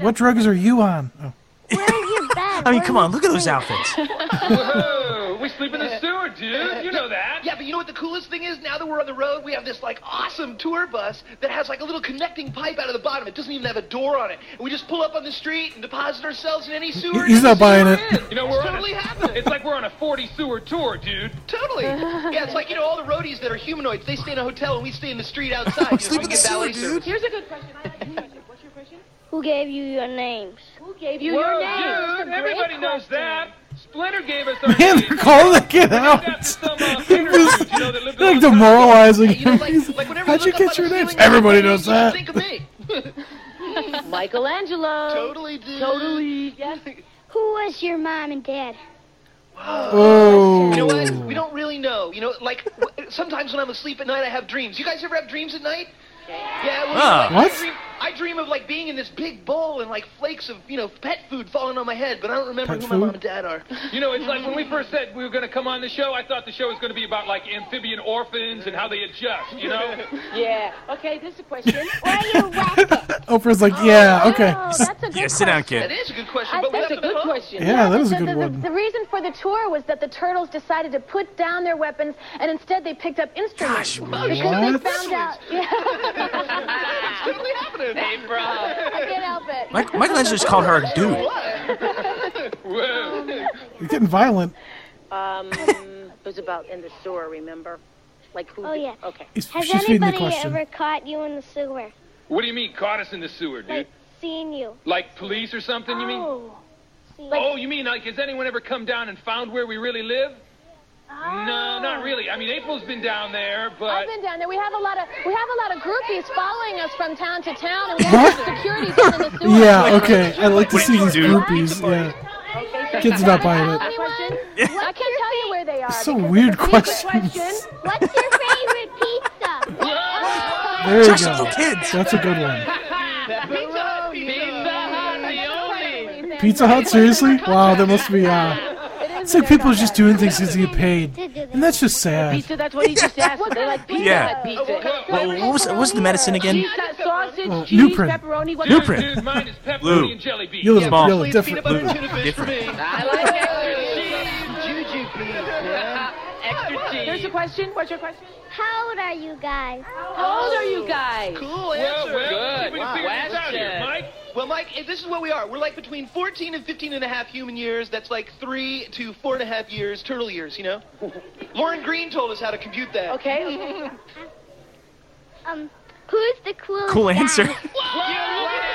Speaker 4: What drugs are you on? Oh.
Speaker 3: I mean, come on, look at those outfits.
Speaker 7: Whoa, we sleep in the sewer, dude. You know that.
Speaker 8: Yeah, but you know what the coolest thing is? Now that we're on the road, we have this like awesome tour bus that has like a little connecting pipe out of the bottom. It doesn't even have a door on it. And we just pull up on the street and deposit ourselves in any sewer.
Speaker 4: He's not buying it.
Speaker 7: You know, we're on a, It's like we're on a 40 sewer tour, dude.
Speaker 8: Totally. Yeah, it's like you know all the roadies that are humanoids. They stay in a hotel and we stay in the street outside.
Speaker 6: Sleep
Speaker 8: you know,
Speaker 6: in
Speaker 8: we
Speaker 6: the
Speaker 8: get valet
Speaker 6: sewer,
Speaker 8: service.
Speaker 6: Here's a good question. I like your question. What's your question?
Speaker 10: Who gave you your names? Who
Speaker 6: gave you
Speaker 7: Whoa,
Speaker 6: your name? That's a
Speaker 7: dude,
Speaker 6: great
Speaker 7: everybody knows
Speaker 6: question.
Speaker 7: that. Splinter gave us our
Speaker 4: Man, they're calling the kid out. uh, It was like demoralizing. How'd you get your name? Everybody knows that.
Speaker 6: Michelangelo.
Speaker 8: Totally, dude.
Speaker 6: Totally. Yes.
Speaker 10: Who was your mom and dad?
Speaker 8: You know what?
Speaker 4: Oh.
Speaker 8: We don't really know. You know, like w- sometimes when I'm asleep at night, I have dreams. You guys ever have dreams at night? Yeah. Well,
Speaker 3: Ah.
Speaker 8: like,
Speaker 4: What?
Speaker 8: I dream, I dream of like being in this big bowl and like flakes of you know pet food falling on my head, but I don't remember
Speaker 4: Pet
Speaker 8: who
Speaker 4: food?
Speaker 8: my mom and dad are.
Speaker 7: You know, it's like when we first said we were going to come on the show, I thought the show was going to be about like amphibian orphans and how they adjust, you know?
Speaker 6: Yeah. Okay, this is a question.
Speaker 4: Oprah's like, yeah, okay.
Speaker 13: Oh, that's a good
Speaker 3: Yeah, sit down,
Speaker 8: That
Speaker 3: kid.
Speaker 8: is a good question,
Speaker 13: I
Speaker 8: but we
Speaker 13: think
Speaker 8: have
Speaker 6: That's a
Speaker 8: to
Speaker 6: good
Speaker 8: come.
Speaker 6: question.
Speaker 4: Yeah, that
Speaker 13: but
Speaker 4: was a
Speaker 13: the-
Speaker 4: good
Speaker 13: the,
Speaker 4: one.
Speaker 13: The reason for the tour was that the turtles decided to put down their weapons, and instead they picked up instruments because
Speaker 4: What?
Speaker 13: they found out. Yeah,
Speaker 8: It's totally happening. Hey, bro.
Speaker 13: I can't help it.
Speaker 3: Mike, Michelangelo's called her a dude.
Speaker 7: Whoa.
Speaker 10: Um,
Speaker 4: You're getting violent.
Speaker 6: Um, it was about in the sewer, remember? Like who?
Speaker 10: Oh,
Speaker 6: did-
Speaker 10: yeah.
Speaker 6: Okay.
Speaker 4: He's,
Speaker 10: Has
Speaker 4: she's reading the
Speaker 10: anybody
Speaker 4: question.
Speaker 10: ever caught you in the sewer?
Speaker 7: What do you mean caught us in the sewer, dude?
Speaker 10: Like, seen you?
Speaker 7: Like police or something, you mean?
Speaker 10: Oh. Seen
Speaker 7: Oh, you mean like has anyone ever come down and found where we really live? No, not really. I mean, April's been down there,
Speaker 13: Oh.
Speaker 7: but
Speaker 13: I've been down there. We have a lot of we have a lot of groupies following us from town to town, and we have securities in the sewer.
Speaker 4: Yeah, okay. I like to
Speaker 3: What
Speaker 4: see
Speaker 3: do you
Speaker 4: these
Speaker 3: do?
Speaker 4: groupies. Yeah. Kids are
Speaker 13: Can
Speaker 4: not
Speaker 13: I
Speaker 4: buying
Speaker 13: tell
Speaker 4: it.
Speaker 13: anyone? I can't tell you where they are.
Speaker 4: So
Speaker 13: because
Speaker 4: weird
Speaker 13: it's a secret
Speaker 4: questions.
Speaker 13: question.
Speaker 10: What's your favorite pizza?
Speaker 4: There you
Speaker 3: Just
Speaker 4: go.
Speaker 3: little kids.
Speaker 4: That's a good one.
Speaker 13: Totally, man.
Speaker 4: Pizza Hut, seriously? Wow, there must be. Uh,
Speaker 13: It
Speaker 4: it's
Speaker 13: is
Speaker 4: like people are just doing things because they get paid, and that's just sad.
Speaker 6: Pizza. That's what he just asked. They like pizza.
Speaker 3: Yeah.
Speaker 6: Hut Pizza.
Speaker 3: Well, what was what was the medicine again?
Speaker 6: Cheese, sausage,
Speaker 4: Well,
Speaker 6: cheese,
Speaker 4: Newprint.
Speaker 6: pepperoni. What
Speaker 3: Newprint.
Speaker 7: dude, mine is pepperoni
Speaker 3: Lou.
Speaker 7: and jelly beans.
Speaker 4: You look,
Speaker 3: Yeah,
Speaker 4: you look
Speaker 8: Please, peanut
Speaker 4: different.
Speaker 8: butter and
Speaker 4: Lou.
Speaker 8: tuna fish for me.
Speaker 9: I like extra cheese. Juju please, man.
Speaker 6: There's
Speaker 9: Extra
Speaker 6: your question. What's your question?
Speaker 10: How old are you guys?
Speaker 6: How old are you guys?
Speaker 8: Cool
Speaker 7: Well,
Speaker 8: answer.
Speaker 7: well, we can figure this
Speaker 8: Well, Mike, eh, this is what we are. We're like between 14 and 15 and a half human years. That's like three to four and a half years, turtle years, you know? Lauren Green told us how to compute that.
Speaker 10: Okay. um, who's the coolest?
Speaker 8: Cool answer.
Speaker 10: guy?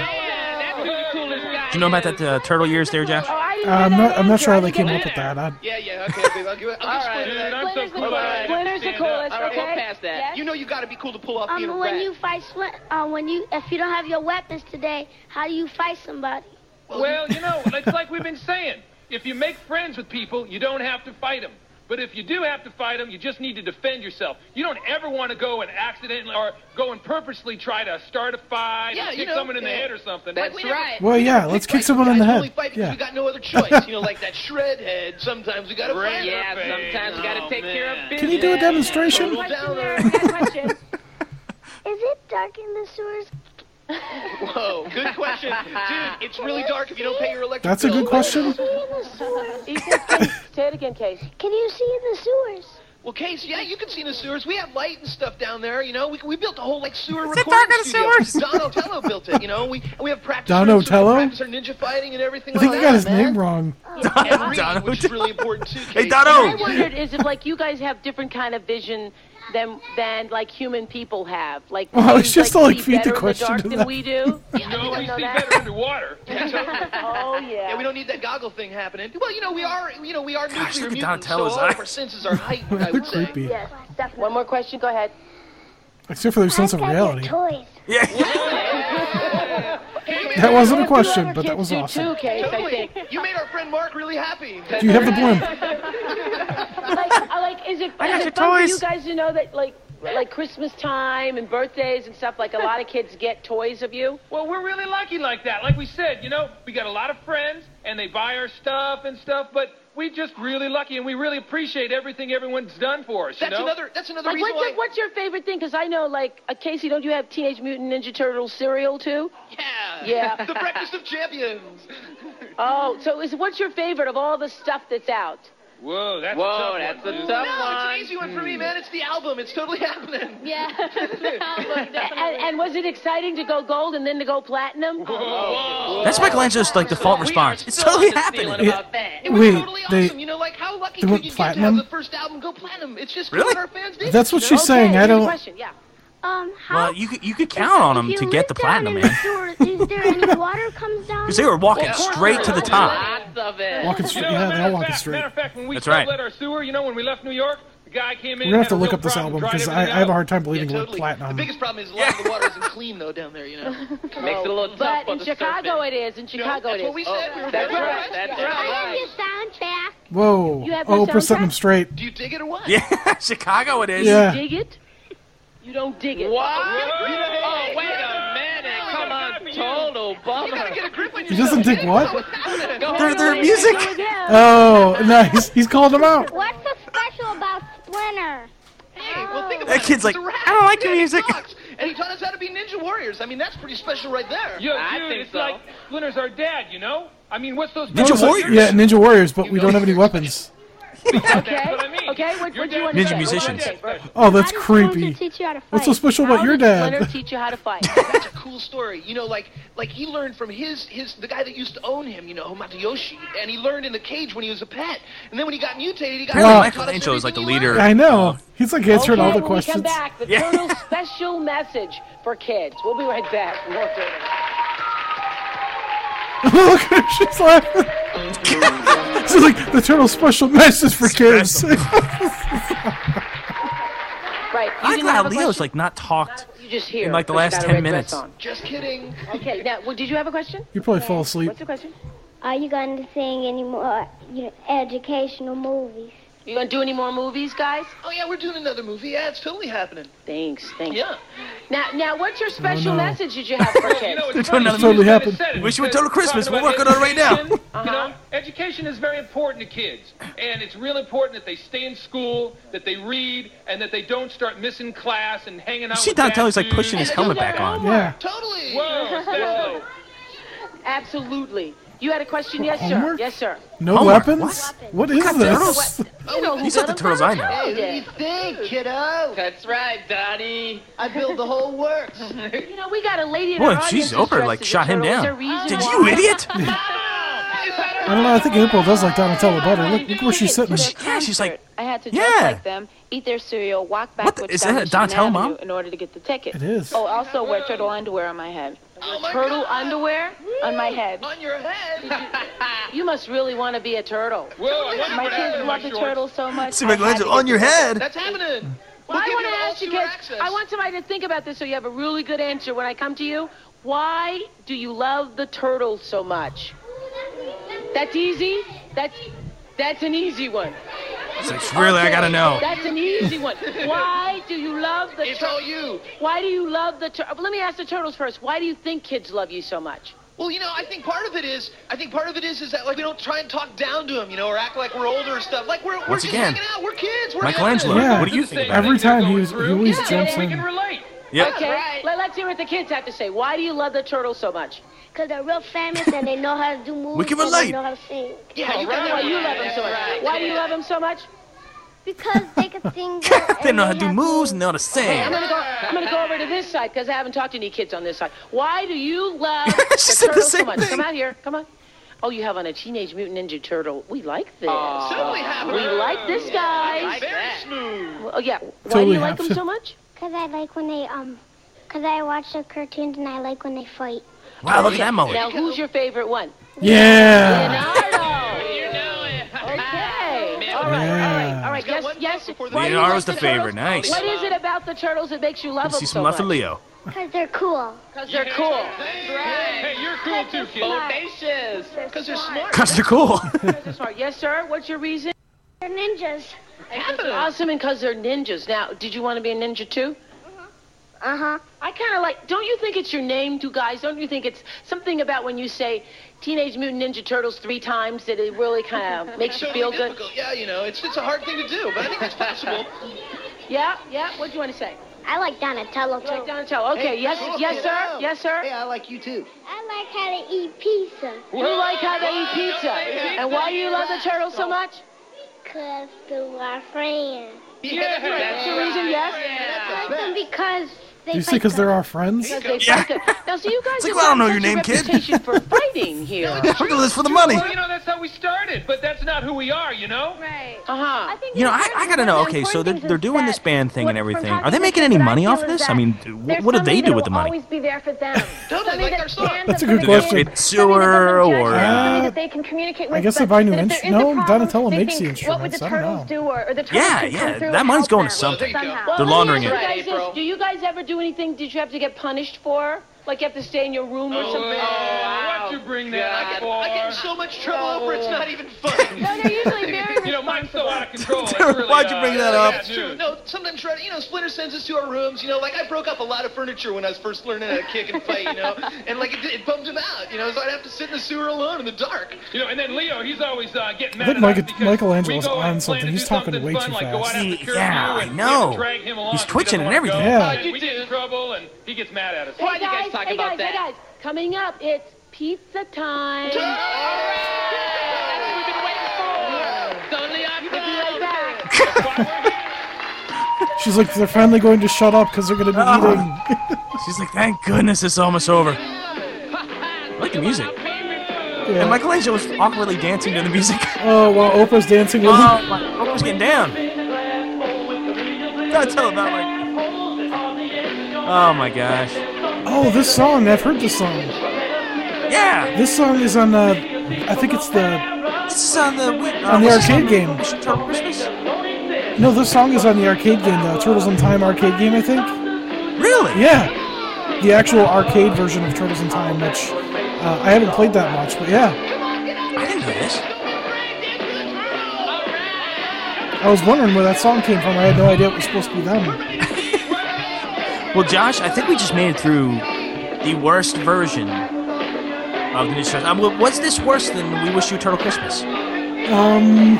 Speaker 3: Do you know about that uh, turtle years there, Jeff?
Speaker 4: Uh, I'm not. I'm not sure how they came up with that. I,
Speaker 8: Yeah, yeah, okay, okay. I'll give it. I'll give
Speaker 10: Splinter's the
Speaker 8: Splinter that.
Speaker 10: coolest. Splinter's the coolest.
Speaker 8: All right, we'll
Speaker 10: Okay.
Speaker 8: pass that.
Speaker 10: Yes?
Speaker 8: You know you gotta be cool to pull off being a
Speaker 10: Um, when
Speaker 8: rat.
Speaker 10: you fight, Splin- uh, when you if you don't have your weapons today, how do you fight somebody?
Speaker 7: Well, you know, it's like we've been saying. If you make friends with people, you don't have to fight them. But if you do have to fight them, you just need to defend yourself. You don't ever want to go and accidentally or go and purposely try to start a fight
Speaker 8: Yeah,
Speaker 7: or
Speaker 8: you
Speaker 7: kick
Speaker 8: know,
Speaker 7: someone in the
Speaker 8: yeah.
Speaker 7: head or something.
Speaker 8: That's right.
Speaker 4: well, yeah. Let's kick someone in the head. Yeah.
Speaker 8: We got no other choice. You know, like that shred head. Sometimes we gotta Oh, fight. Yeah, sometimes we gotta take care of
Speaker 4: Can you do a demonstration?
Speaker 10: Is it dark in the sewers?
Speaker 8: Whoa, good question. Dude, it's really dark if you don't pay your electric
Speaker 4: That's a
Speaker 8: bill.
Speaker 4: good question.
Speaker 8: Say it again, Case.
Speaker 10: Can you see in the sewers?
Speaker 8: Well, Case, yeah, you can see in the sewers. We have light and stuff down there. You know, we, we built a whole like sewer
Speaker 10: Is it
Speaker 8: recording
Speaker 10: dark in the
Speaker 8: studio.
Speaker 10: sewers?
Speaker 8: Donatello built it. You know, we we have practice.
Speaker 4: Dono
Speaker 8: rooms, so we
Speaker 4: Tello?
Speaker 8: can practice our ninja fighting and everything
Speaker 4: I think
Speaker 8: like
Speaker 4: you
Speaker 8: that.
Speaker 4: got his name wrong.
Speaker 8: And reading, which is really important too. Case.
Speaker 6: What I wondered is if like you guys have different kind of vision than than like human people have. Like
Speaker 4: Well, I was
Speaker 6: you,
Speaker 4: just to, like,
Speaker 6: see
Speaker 4: feed the
Speaker 6: better in
Speaker 4: question
Speaker 6: dark
Speaker 4: to
Speaker 6: than
Speaker 4: that.
Speaker 6: we do.
Speaker 8: No, we see
Speaker 6: better
Speaker 8: underwater.
Speaker 6: oh yeah.
Speaker 8: we don't need that goggle thing happening. Well, you know, we are you know we are
Speaker 3: Gosh,
Speaker 8: nuclear
Speaker 3: look at
Speaker 8: mutants, so
Speaker 3: Donatello's
Speaker 8: all of
Speaker 3: eyes.
Speaker 8: our senses are heightened. I
Speaker 4: They're
Speaker 8: would say.
Speaker 4: creepy,
Speaker 6: One more question. Go ahead.
Speaker 4: except for their sense of reality.
Speaker 10: Toys.
Speaker 4: That wasn't a question, but that was
Speaker 6: Two
Speaker 4: awesome.
Speaker 6: Case, I
Speaker 8: Totally.
Speaker 6: think.
Speaker 8: You made our friend Mark really happy.
Speaker 4: Do you have the blimp?
Speaker 6: like, I like, is it,
Speaker 8: I got
Speaker 6: is
Speaker 8: your
Speaker 6: it fun for you
Speaker 8: toys.
Speaker 6: guys to know that, like, like Christmas time and birthdays and stuff? Like, a lot of kids get toys of you.
Speaker 7: Well, we're really lucky like that. Like we said, you know, we got a lot of friends and they buy our stuff and stuff, but we just really lucky and we really appreciate everything everyone's done for us. you know?
Speaker 6: like, what's, your- what's your favorite thing? Because I know, like, uh, Casey, don't you have Teenage Mutant Ninja Turtles cereal too?
Speaker 8: Yeah.
Speaker 6: Yeah.
Speaker 8: The breakfast of champions.
Speaker 6: Oh, so is what's your favorite of all the stuff that's out?
Speaker 7: Whoa, that's
Speaker 6: Whoa,
Speaker 7: a tough
Speaker 6: that's
Speaker 7: one,
Speaker 6: a
Speaker 7: dude.
Speaker 6: tough
Speaker 8: no, it's an easy one Hmm. for me, man. It's the album. It's totally happening.
Speaker 6: Yeah. and, and was it exciting to go gold and then to go platinum?
Speaker 3: That's Michelangelo's like default response. It's totally happening.
Speaker 8: It was
Speaker 3: Wait,
Speaker 8: totally
Speaker 3: they-
Speaker 8: awesome. You know, like how lucky
Speaker 4: they
Speaker 8: could
Speaker 4: went
Speaker 8: you
Speaker 4: platinum?
Speaker 8: get to have the first album go platinum? It's just
Speaker 3: Really?
Speaker 8: what our fans did.
Speaker 4: That's what she's saying. I don't.
Speaker 6: yeah.
Speaker 10: Um, how?
Speaker 3: Well, you could you could count on them
Speaker 10: if
Speaker 3: to
Speaker 10: you
Speaker 3: get the
Speaker 10: live down
Speaker 3: platinum,
Speaker 10: in the sewers, Is
Speaker 3: man.
Speaker 10: there any water comes down?
Speaker 3: Because they were walking straight to the top.
Speaker 4: Walking straight. Yeah, they all walking straight.
Speaker 3: That's right.
Speaker 7: Sublet our sewer, you know, when we left New York, the guy came
Speaker 4: We're
Speaker 7: in.
Speaker 4: gonna have to
Speaker 7: had a
Speaker 4: look
Speaker 7: real
Speaker 4: up this
Speaker 7: problem
Speaker 4: album
Speaker 7: drying
Speaker 4: because I, I
Speaker 7: everything
Speaker 4: have a
Speaker 7: out.
Speaker 4: hard time believing we're platinum.
Speaker 8: The biggest problem is a lot of the water isn't clean though down there. You know, makes it a little
Speaker 6: But in Chicago it is. In Chicago
Speaker 8: that's
Speaker 6: it is.
Speaker 8: what we said. We were
Speaker 6: that's
Speaker 8: very
Speaker 6: right.
Speaker 8: impressed.
Speaker 6: That's
Speaker 8: Yeah.
Speaker 6: right.
Speaker 4: Whoa!
Speaker 6: You have
Speaker 4: Oh,
Speaker 6: no
Speaker 4: we're setting
Speaker 6: soundtrack?
Speaker 4: them straight.
Speaker 8: Do you dig it or what?
Speaker 3: Yeah, Chicago it is.
Speaker 4: Yeah.
Speaker 6: You dig it? You don't dig it.
Speaker 9: Oh, wait a minute. Come on, total bummer.
Speaker 4: He doesn't dig what?
Speaker 9: Their-
Speaker 4: their music. Oh, nice. He's called them out.
Speaker 10: What's so special about Splinter?
Speaker 8: Hey, well, think about
Speaker 4: That
Speaker 8: it.
Speaker 4: kid's like,
Speaker 8: He's a rat.
Speaker 4: "I don't like
Speaker 8: Yeah,
Speaker 4: your
Speaker 8: he
Speaker 4: music."
Speaker 8: sucks. And he taught us how to be ninja warriors. I mean, that's pretty special right there.
Speaker 7: Yo, dude, it's like Splinter's our dad, you know? I mean, what's those
Speaker 4: Ninja Warriors. Yeah, Ninja Warriors, but we don't have any weapons.
Speaker 6: Okay. Okay. What, what do you want
Speaker 4: Ninja
Speaker 6: to say?
Speaker 4: musicians.
Speaker 6: What do you want to say?
Speaker 4: Oh, that's creepy. What's so special about your
Speaker 6: Leonard
Speaker 4: dad?
Speaker 6: teach you how to fight.
Speaker 8: that's a cool story. You know, like like he learned from his his the guy that used to own him. You know, Matayoshi, and he learned in the cage when he was a pet. And then when he got mutated, he got
Speaker 3: Apparently,
Speaker 8: he taught us
Speaker 3: Michelangelo is like the leader.
Speaker 4: I know. He's like answering
Speaker 6: okay,
Speaker 4: all the
Speaker 6: when
Speaker 4: questions.
Speaker 6: We come back. The turtle special message for kids. We'll be right back. More turtles.
Speaker 4: Look, at her, she's laughing. she's like the turtle special message for kids.
Speaker 6: Right.
Speaker 3: I like
Speaker 6: didn't have a
Speaker 3: how Leo's like not talked.
Speaker 6: You just hear.
Speaker 3: In, like, the
Speaker 6: but you
Speaker 3: last
Speaker 6: got a
Speaker 3: 10
Speaker 6: red dress
Speaker 3: minutes.
Speaker 6: on.
Speaker 8: Just kidding.
Speaker 6: Okay. Now, well, did you have a question?
Speaker 4: you probably fall asleep.
Speaker 6: What's the question?
Speaker 10: Are you going to sing any more you know, educational movies?
Speaker 6: You gonna do any more movies, guys?
Speaker 8: Oh yeah, we're doing another movie. Yeah, it's totally happening.
Speaker 6: Thanks. Thanks.
Speaker 8: Yeah.
Speaker 6: Now, now, what's your special
Speaker 8: no.
Speaker 6: message that you have for kids?
Speaker 3: It's totally happened. Wish you would total Christmas. We're working on it right now.
Speaker 7: You
Speaker 6: Uh-huh.
Speaker 7: know, education is very important to kids, and it's real important that they stay in school, that they read, and that they don't start missing class and hanging out.
Speaker 3: You see
Speaker 7: with bad
Speaker 3: Donatello's like
Speaker 7: dudes.
Speaker 3: pushing his helmet back on.
Speaker 7: Totally. Whoa, especially.
Speaker 6: Absolutely. You had a question? Yes, sir.
Speaker 4: Homework?
Speaker 6: Yes, sir.
Speaker 4: No
Speaker 3: Homework?
Speaker 4: weapons? what is
Speaker 3: Cut
Speaker 4: this?
Speaker 8: Oh,
Speaker 6: You know who
Speaker 3: These are the
Speaker 6: done
Speaker 3: turtles I know.
Speaker 9: Hey, what do you think, kiddo? That's right, Donnie. I built the whole works. you
Speaker 6: know, we got a lady in
Speaker 3: Well,
Speaker 6: our audience
Speaker 3: geez,
Speaker 6: who's
Speaker 3: Oprah
Speaker 6: dressed
Speaker 3: like
Speaker 6: as a
Speaker 3: shot him
Speaker 6: turtle. Is
Speaker 3: down.
Speaker 6: there a reason
Speaker 3: Did
Speaker 6: why?
Speaker 3: you idiot?
Speaker 4: I don't know. I think April does like Donatello better. Look, look where she's sitting.
Speaker 3: Yeah, she's like,
Speaker 16: I had to
Speaker 3: Yeah.
Speaker 16: dress like them, eat their cereal, walk backwards
Speaker 3: is
Speaker 16: down
Speaker 3: that a
Speaker 16: Michigan
Speaker 3: Donatello
Speaker 16: Avenue
Speaker 3: mom?
Speaker 16: in order to get the ticket.
Speaker 3: It is.
Speaker 16: Oh, also wear turtle underwear on my head.
Speaker 6: turtle underwear on my head. Oh, On your head. you must really want to be a turtle.
Speaker 16: My kids love the turtles so much.
Speaker 3: See, Michelangelo, on your head.
Speaker 6: That's happening. Well, I want to ask you kids. I want somebody to think about this so you have a really good answer when I come to you. Why do you love the turtles so much? That's easy. That's that's an easy one.
Speaker 3: It's like, really, I gotta know.
Speaker 6: That's an easy one. Why do you love the turtles? It's all you. Why do you love the turtles? Let me ask the turtles first. Why do you think kids love you so much?
Speaker 8: Well, you know, I think part of it is, I think part of it is, is that like we don't try and talk down to him, you know, or act like we're older and stuff. Like we're, we're
Speaker 3: Once
Speaker 8: just
Speaker 3: again,
Speaker 8: hanging out. We're kids. We're
Speaker 3: Michelangelo,
Speaker 8: having it.
Speaker 3: what do you think about
Speaker 4: Every
Speaker 3: it?
Speaker 4: time he, was, he always jumps in.
Speaker 3: Yeah.
Speaker 6: Okay. Let, us hear what the kids have to say. Why do you love the turtles so much?
Speaker 10: Because they're real famous and they know how to do movies.
Speaker 6: can
Speaker 10: and
Speaker 6: relate.
Speaker 10: They know how to sing.
Speaker 6: Yeah, you got that Why Oh, right. you love them so much. Right. Why do you love them so much?
Speaker 10: Because they can sing.
Speaker 3: They know how to do moves and they know how to
Speaker 6: Okay, I'm
Speaker 3: sing.
Speaker 6: gonna go. I'm gonna go over to this side because I haven't talked to any kids on this side. Why do you love the
Speaker 3: said the
Speaker 6: turtles so
Speaker 3: same
Speaker 6: much?
Speaker 3: thing.
Speaker 6: Come out here. Come on. Oh, you have on a Teenage Mutant Ninja Turtle. We like this.
Speaker 14: Totally happened.
Speaker 6: we like this guy.
Speaker 14: I like Very that.
Speaker 6: Well, yeah. Why do
Speaker 10: Totally
Speaker 6: you like them
Speaker 10: happened.
Speaker 6: so much?
Speaker 10: Because I like when they um, because I watch the cartoons and I like when they fight.
Speaker 3: Wow, look at that mullet.
Speaker 6: Now, who's your favorite one?
Speaker 3: Yeah.
Speaker 6: Okay. All right. All
Speaker 7: Uh,
Speaker 6: right. All right. Yes. Yes. Why do you
Speaker 3: Leonardo's
Speaker 6: like
Speaker 3: the favorite.
Speaker 6: turtles?
Speaker 3: Nice.
Speaker 6: What is it about the turtles that makes you love
Speaker 3: Let's
Speaker 6: them
Speaker 3: see
Speaker 6: so
Speaker 3: some love
Speaker 6: much?
Speaker 3: for Leo.
Speaker 10: Because they're cool.
Speaker 6: Because they're cool.
Speaker 7: Hey, you're cool too, kid.
Speaker 6: Audacious. Because they're smart.
Speaker 3: Cause they're cool.
Speaker 6: Yes, sir. What's your reason?
Speaker 10: They're ninjas.
Speaker 6: They're awesome and because they're ninjas. Now, did you want to be a ninja too?
Speaker 10: Uh huh.
Speaker 6: I kind of like. Don't you think it's your name, too, guys? Don't you think it's something about when you say Teenage Mutant Ninja Turtles three times that it really kind of makes
Speaker 8: It's
Speaker 6: you
Speaker 8: totally
Speaker 6: feel good?
Speaker 8: difficult. Yeah, you know, it's it's a hard thing to do, but I think it's possible.
Speaker 6: Yeah, yeah. What do you want to say?
Speaker 10: I like Donatello too.
Speaker 6: like Donatello. Okay. yes,
Speaker 8: oh,
Speaker 6: yes, sir. Yes, sir.
Speaker 10: Hey, I like you too. I like how they eat pizza.
Speaker 6: You like how they eat pizza, and why do you love the turtles so much?
Speaker 10: Because they are friends.
Speaker 6: Yeah, that's right. That's the reason, yes?
Speaker 10: I like them because they
Speaker 4: You say because they're our friends?
Speaker 6: Because they
Speaker 4: Yeah.
Speaker 6: fight them. Now, so you guys
Speaker 4: It's like,
Speaker 6: have
Speaker 4: well, I don't
Speaker 6: gotten
Speaker 4: know your
Speaker 6: such a
Speaker 4: name, kid.
Speaker 6: reputation "Oh, for fighting here.
Speaker 3: We're doing this for the money.
Speaker 7: Well, you know, that's how we started, but that's not who we are, you know?
Speaker 6: Right. Uh-huh.
Speaker 3: You know, I, I gotta know. Okay, so they're, they're doing this band thing and everything. Are they making any money off of this? I mean, wh- what do they do with the money?
Speaker 13: Always be there for them. totally, like their son.
Speaker 4: That's a good question.
Speaker 3: It's sewer or
Speaker 13: Somebody
Speaker 4: Uh,
Speaker 13: that they can communicate with.
Speaker 4: I guess
Speaker 13: but
Speaker 4: they buy new
Speaker 13: that if there is a
Speaker 4: instruments. No,
Speaker 13: problem,
Speaker 4: Donatello
Speaker 13: they
Speaker 4: makes the
Speaker 13: think, What would
Speaker 4: instruments.
Speaker 13: the
Speaker 4: I don't know.
Speaker 13: turtles do, or, or the turtles
Speaker 3: yeah,
Speaker 13: could come
Speaker 3: yeah.
Speaker 13: through
Speaker 3: That
Speaker 13: and
Speaker 3: money's
Speaker 13: help
Speaker 3: going
Speaker 13: them.
Speaker 3: to something.
Speaker 13: somehow.
Speaker 3: They're laundering
Speaker 6: You
Speaker 3: it.
Speaker 6: guys this, do you guys ever do anything? Did you have to get punished for? Like you have to stay in your room
Speaker 7: Oh,
Speaker 6: or something? Oh.
Speaker 7: Why'd you bring that up for?
Speaker 8: I get in so much trouble over it's not even funny.
Speaker 6: no, they're usually very
Speaker 7: You know, mine's so out of control. It's
Speaker 3: Dude,
Speaker 7: really,
Speaker 3: why'd you
Speaker 7: uh,
Speaker 3: bring that
Speaker 7: yeah,
Speaker 3: up?
Speaker 7: it's
Speaker 8: That's true. No, sometimes Shredder, you know, Splinter sends us to our rooms. You know, like I broke up a lot of furniture when I was first learning how to kick and fight. You know, and like it, it bummed him out. You know, so I'd have to sit in the sewer alone in the dark.
Speaker 7: You know, and then Leo, he's always uh, getting
Speaker 4: I
Speaker 7: mad
Speaker 4: think
Speaker 7: at us
Speaker 4: Michael,
Speaker 7: because
Speaker 4: Michelangelo's
Speaker 7: we go
Speaker 4: on something. He's talking way too
Speaker 7: like go out
Speaker 4: fast.
Speaker 7: after
Speaker 3: See,
Speaker 7: curfew
Speaker 3: yeah, I
Speaker 7: and we have
Speaker 3: know.
Speaker 7: to drag him along
Speaker 3: He's
Speaker 7: 'cause he
Speaker 3: twitching
Speaker 7: doesn't
Speaker 3: and
Speaker 7: wanna
Speaker 3: everything.
Speaker 7: go.
Speaker 3: Yeah.
Speaker 7: And we get in trouble and he gets mad at us.
Speaker 6: Hey, guys, hey, guys, Hey, guys, coming up, it's pizza time.
Speaker 4: She's like, they're finally going to shut up because they're going to be
Speaker 3: Ah.
Speaker 4: eating.
Speaker 3: She's like, thank goodness it's almost over. I like the music. And Michelangelo was awkwardly dancing to the music.
Speaker 4: Oh, while Oprah's dancing with
Speaker 3: Oh,
Speaker 4: him.
Speaker 3: my Oprah's getting down. Gotta tell about my. Oh my gosh.
Speaker 4: Oh, this song. I've heard this song.
Speaker 3: Yeah.
Speaker 4: This song is on, uh, I think it's the,
Speaker 3: This is on the. Oh,
Speaker 4: on the arcade game.
Speaker 3: Turtle Christmas?
Speaker 4: No, this song is on the arcade game, the Turtles in Time arcade game, I think.
Speaker 3: Really?
Speaker 4: Yeah. The actual arcade version of Turtles in Time, which uh, I haven't played that much, but yeah.
Speaker 3: I didn't know this.
Speaker 4: I was wondering where that song came from. I had no idea it was supposed to be them.
Speaker 3: Well, Josh, I think we just made it through the worst version of the Ninja Turtles. Um, wa- was this worse than We Wish You Turtle Christmas?
Speaker 4: Um,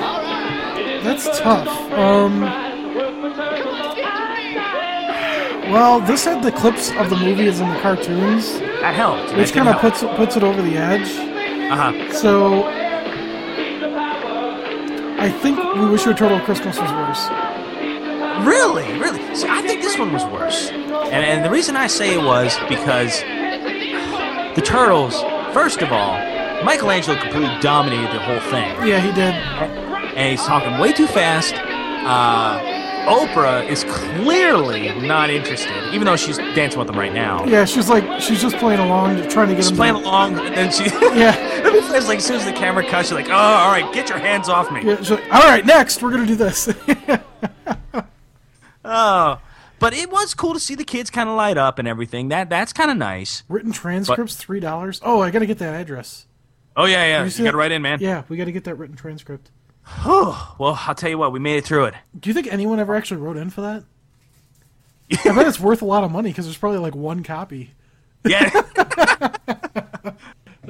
Speaker 4: that's tough. Um, well, this had the clips of the movies and the cartoons,
Speaker 3: That helped.
Speaker 4: which
Speaker 3: That did
Speaker 4: kind of
Speaker 3: help.
Speaker 4: puts puts it over the edge.
Speaker 3: Uh-huh.
Speaker 4: So I think We Wish You a Turtle Christmas was worse.
Speaker 3: Really, really. See, I think this one was worse. And, and the reason I say it was because the Turtles, first of all, Michelangelo completely dominated the whole thing.
Speaker 4: Yeah, he did.
Speaker 3: And he's talking way too fast. Uh, Oprah is clearly not interested, even though she's dancing with them right now.
Speaker 4: Yeah, she's like she's just playing along, trying to get
Speaker 3: She's
Speaker 4: him.
Speaker 3: playing along, and then she.
Speaker 4: Yeah.
Speaker 3: it's like as soon as the camera cuts, she's like, "Oh, all right, get your hands off me."
Speaker 4: Yeah, she's like, All right, next we're gonna do this.
Speaker 3: Oh, but it was cool to see the kids kind of light up and everything. That that's kind of nice.
Speaker 4: Written transcripts, three dollars. Oh, I gotta get that address.
Speaker 3: Oh yeah, yeah.
Speaker 4: You
Speaker 3: You,
Speaker 4: see
Speaker 3: got
Speaker 4: that?
Speaker 3: to write in, man.
Speaker 4: Yeah, we gotta get that written transcript.
Speaker 3: Well, I'll tell you what, we made it through it.
Speaker 4: Do you think anyone ever actually wrote in for that? I bet it's worth a lot of money because there's probably like one copy.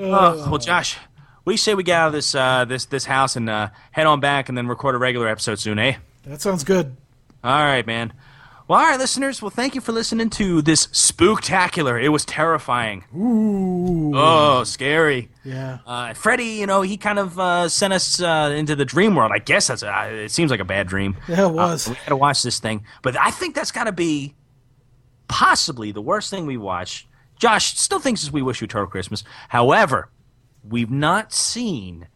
Speaker 3: Oh, well, Josh, we say we get out of this uh, this this house and uh, head on back, and then record a regular episode soon, eh?
Speaker 4: That sounds good.
Speaker 3: All right, man. Well, all right, listeners. Well, thank you for listening to this spooktacular. It was terrifying.
Speaker 4: Ooh.
Speaker 3: Oh, scary.
Speaker 4: Yeah.
Speaker 3: Uh, Freddy, you know, he kind of uh, sent us uh, into the dream world. I guess that's uh, it. Seems like a bad dream.
Speaker 4: Yeah, it
Speaker 3: Uh,
Speaker 4: was.
Speaker 3: we had to watch this thing, but I think that's got to be possibly the worst thing we watched. Josh still thinks it's We Wish You a Turtle Christmas. However, we've not seen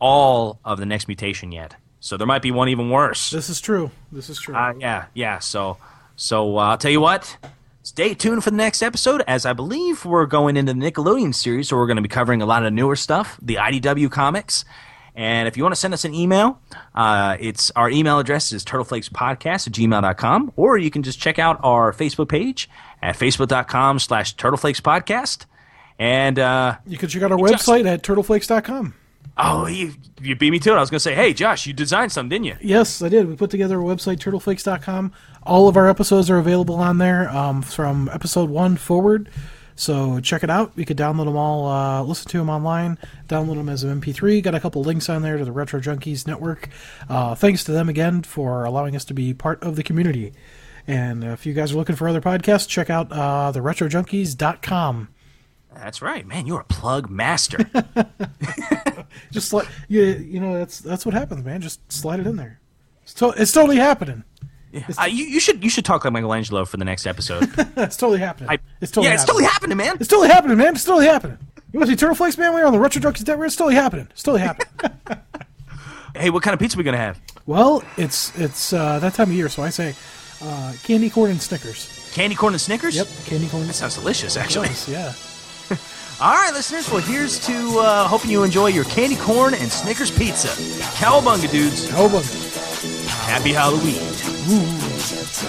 Speaker 3: all of the next mutation yet, so there might be one even worse.
Speaker 4: This is true. This is true.
Speaker 3: Uh, yeah, yeah. So, so uh, I'll tell you what. Stay tuned for the next episode, as I believe we're going into the Nickelodeon series, so we're going to be covering a lot of newer stuff, the IDW comics. And if you want to send us an email, uh, it's our email address is turtleflakespodcast at gmail.com, or you can just check out our Facebook page at facebook.com slash turtleflakespodcast. And, uh,
Speaker 4: You can check out our website at turtleflakes.com.
Speaker 3: oh, you, you beat me to it. I was going to say, hey, Josh, you designed some, didn't you?
Speaker 4: Yes, I did. We put together a website, turtleflakes.com. All of our episodes are available on there um, from episode one forward. So check it out. You could download them all, uh, listen to them online, download them as an MP3. Got a couple links on there to the Retro Junkies Network. Uh, thanks to them again for allowing us to be part of the community. And if you guys are looking for other podcasts, check out uh, the retrojunkies.com.
Speaker 3: That's right. Man, you're a plug master.
Speaker 4: Just like you, you know, that's that's what happens, man. Just slide it in there. It's, to- it's totally happening.
Speaker 3: Uh, you, you should you should talk like Michelangelo for the next episode.
Speaker 4: it's totally happening.
Speaker 3: I-
Speaker 4: It's totally
Speaker 3: yeah, it's totally happening, man.
Speaker 4: It's totally happening, man. It's totally happening. You want to see Turtle Flakes, man? We're on the Retro Junkies Network. It's totally happening. It's totally happening.
Speaker 3: Hey, what kind of pizza we gonna have?
Speaker 4: well, it's it's uh, that time of year, so I say uh, candy corn and Snickers.
Speaker 3: Candy corn and Snickers. Yep,
Speaker 4: candy corn.
Speaker 3: That sounds delicious, actually.
Speaker 4: Yes, yeah.
Speaker 3: All right, listeners. Well, here's to uh, hoping you enjoy your candy corn and Snickers pizza. Cowabunga, dudes.
Speaker 4: Cowabunga.
Speaker 3: Happy Halloween.
Speaker 17: Shell,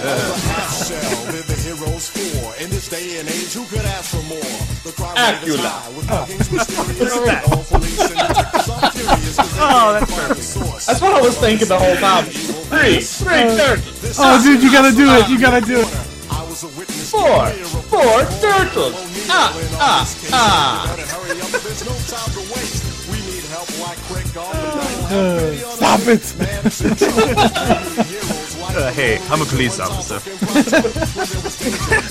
Speaker 17: we're the heroes for. In this day and age, who could ask for more? The crime rate is
Speaker 15: Acula.
Speaker 17: high, with muggings mysterious, and all police and detectives are furious 'cause they can't
Speaker 5: Oh, that's
Speaker 17: find the source.
Speaker 5: That's what I was thinking the whole time. Three, three turtles.
Speaker 4: Oh, dude, you gotta do it. You gotta do it.
Speaker 5: Four, four turtles. Ah, ah, ah.
Speaker 4: Uh, stop it.
Speaker 18: hey, I'm a police officer.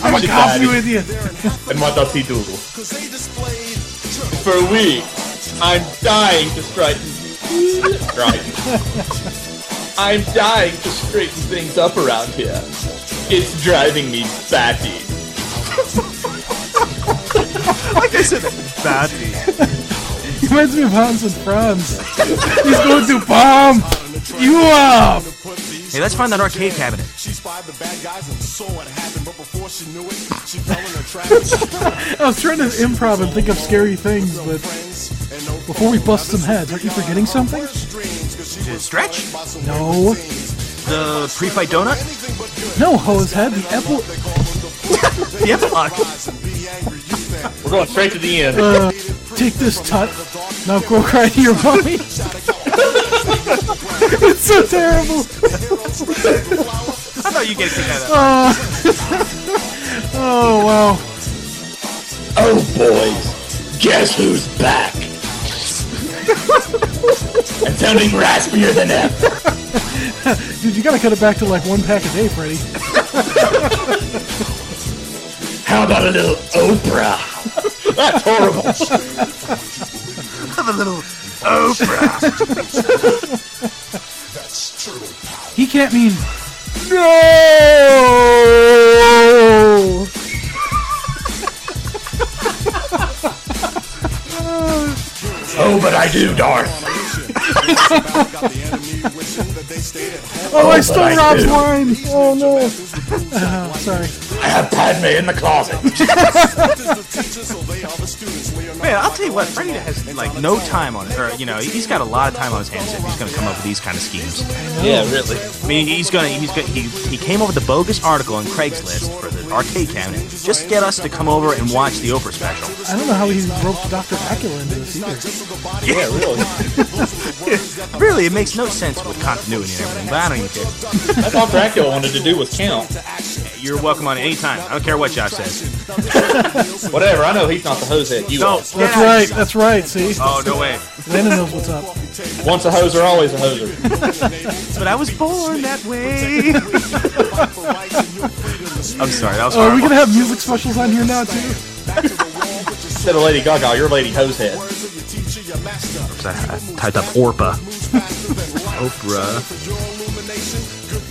Speaker 4: I'm a cop you idiot.
Speaker 5: And what does he do? For weeks, I'm dying to straighten. straighten. I'm dying to straighten things up around here. It's driving me batty.
Speaker 18: like I said, batty.
Speaker 4: He reminds me of Hans and Franz. He's going to bomb you uh, up.
Speaker 3: Hey, let's find that arcade cabinet.
Speaker 4: I was trying to improv and think of scary things, but before we bust some heads, aren't you forgetting something?
Speaker 3: The stretch?
Speaker 4: No,
Speaker 1: Oh.
Speaker 3: The pre-fight donut?
Speaker 4: no, hose head. The apple.
Speaker 3: The epilogue.
Speaker 5: We're going straight to the end.
Speaker 4: Uh, take this tut. Now go cry to your mommy. it's so terrible.
Speaker 3: I thought you get together.
Speaker 4: Uh, oh wow.
Speaker 1: Oh, boys, guess who's back? and sounding raspier than ever.
Speaker 4: Dude, you gotta cut it back to like one pack a day, Freddy.
Speaker 1: How about a little Oprah? That's horrible.
Speaker 3: little Oprah.
Speaker 4: That's true. He can't mean
Speaker 3: no.
Speaker 1: Oh, but I do, Darth.
Speaker 4: Oh, I
Speaker 1: but
Speaker 4: stole Rob's
Speaker 1: do.
Speaker 4: wine. Oh no. Uh, sorry.
Speaker 1: I have Padme in the closet.
Speaker 3: Man, I'll tell you what, Freddy has like no time on it, or you know, he's got a lot of time on his hands if he's going to come up with these kind of schemes.
Speaker 5: Yeah, really.
Speaker 3: I mean, he's gonna, he's gonna, he, he came up with a bogus article on Craigslist for the arcade cabinet just to get us to come over and watch the Oprah special.
Speaker 4: I don't know how he roped Dr. Dracula into this either.
Speaker 3: Yeah, really. really, it makes no sense with continuity and everything, but I don't even care.
Speaker 5: I thought Dracula wanted to do was count.
Speaker 3: You're welcome on it anytime. I don't care what Josh says.
Speaker 5: Whatever. I know he's not the hose head. You
Speaker 3: No,
Speaker 5: are.
Speaker 4: That's right. That's right. See.
Speaker 3: Oh no way.
Speaker 4: Lennon knows what's up.
Speaker 5: Once a hoser, always a hoser.
Speaker 3: But I was born that way. I'm sorry.
Speaker 5: Uh,
Speaker 3: That was
Speaker 4: Oh, are we
Speaker 3: horrible.
Speaker 4: gonna have music specials on here now too?
Speaker 5: Instead of Lady Gaga, you're Lady Hosehead.
Speaker 3: I, I typed up Orpa. Oprah.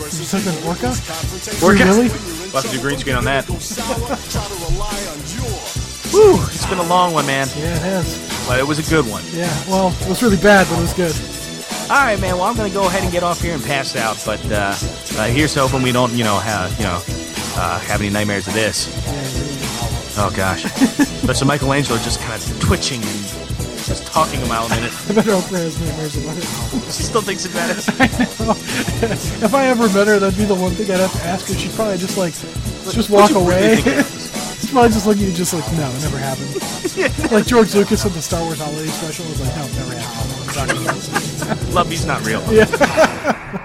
Speaker 4: You said an orca?
Speaker 3: Orca.
Speaker 4: Really?
Speaker 3: We'll have to do green screen on that. Whew, it's been a long one, man.
Speaker 4: Yeah, it has.
Speaker 3: But it was a good one.
Speaker 4: Yeah. Well, it was really bad, but it was good.
Speaker 3: All right, man. Well, I'm gonna go ahead and get off here and pass out. But uh, uh, here's hoping we don't, you know, have, you know, uh, have any nightmares of this. Oh gosh. but so Michelangelo just kind of twitching and just talking a mile a minute.
Speaker 4: I better Oprah has nightmares about it.
Speaker 3: She still thinks it matters.
Speaker 4: if I ever met her, that'd be the one thing I'd have to ask her. She'd probably just like, just
Speaker 3: What
Speaker 4: walk
Speaker 3: you really
Speaker 4: away.
Speaker 3: think it
Speaker 4: She's probably just looking at you, just like, no, it never happened. like George Lucas in the Star Wars Holiday Special was like, no, it never happened.
Speaker 3: Love me's not real.
Speaker 4: Yeah.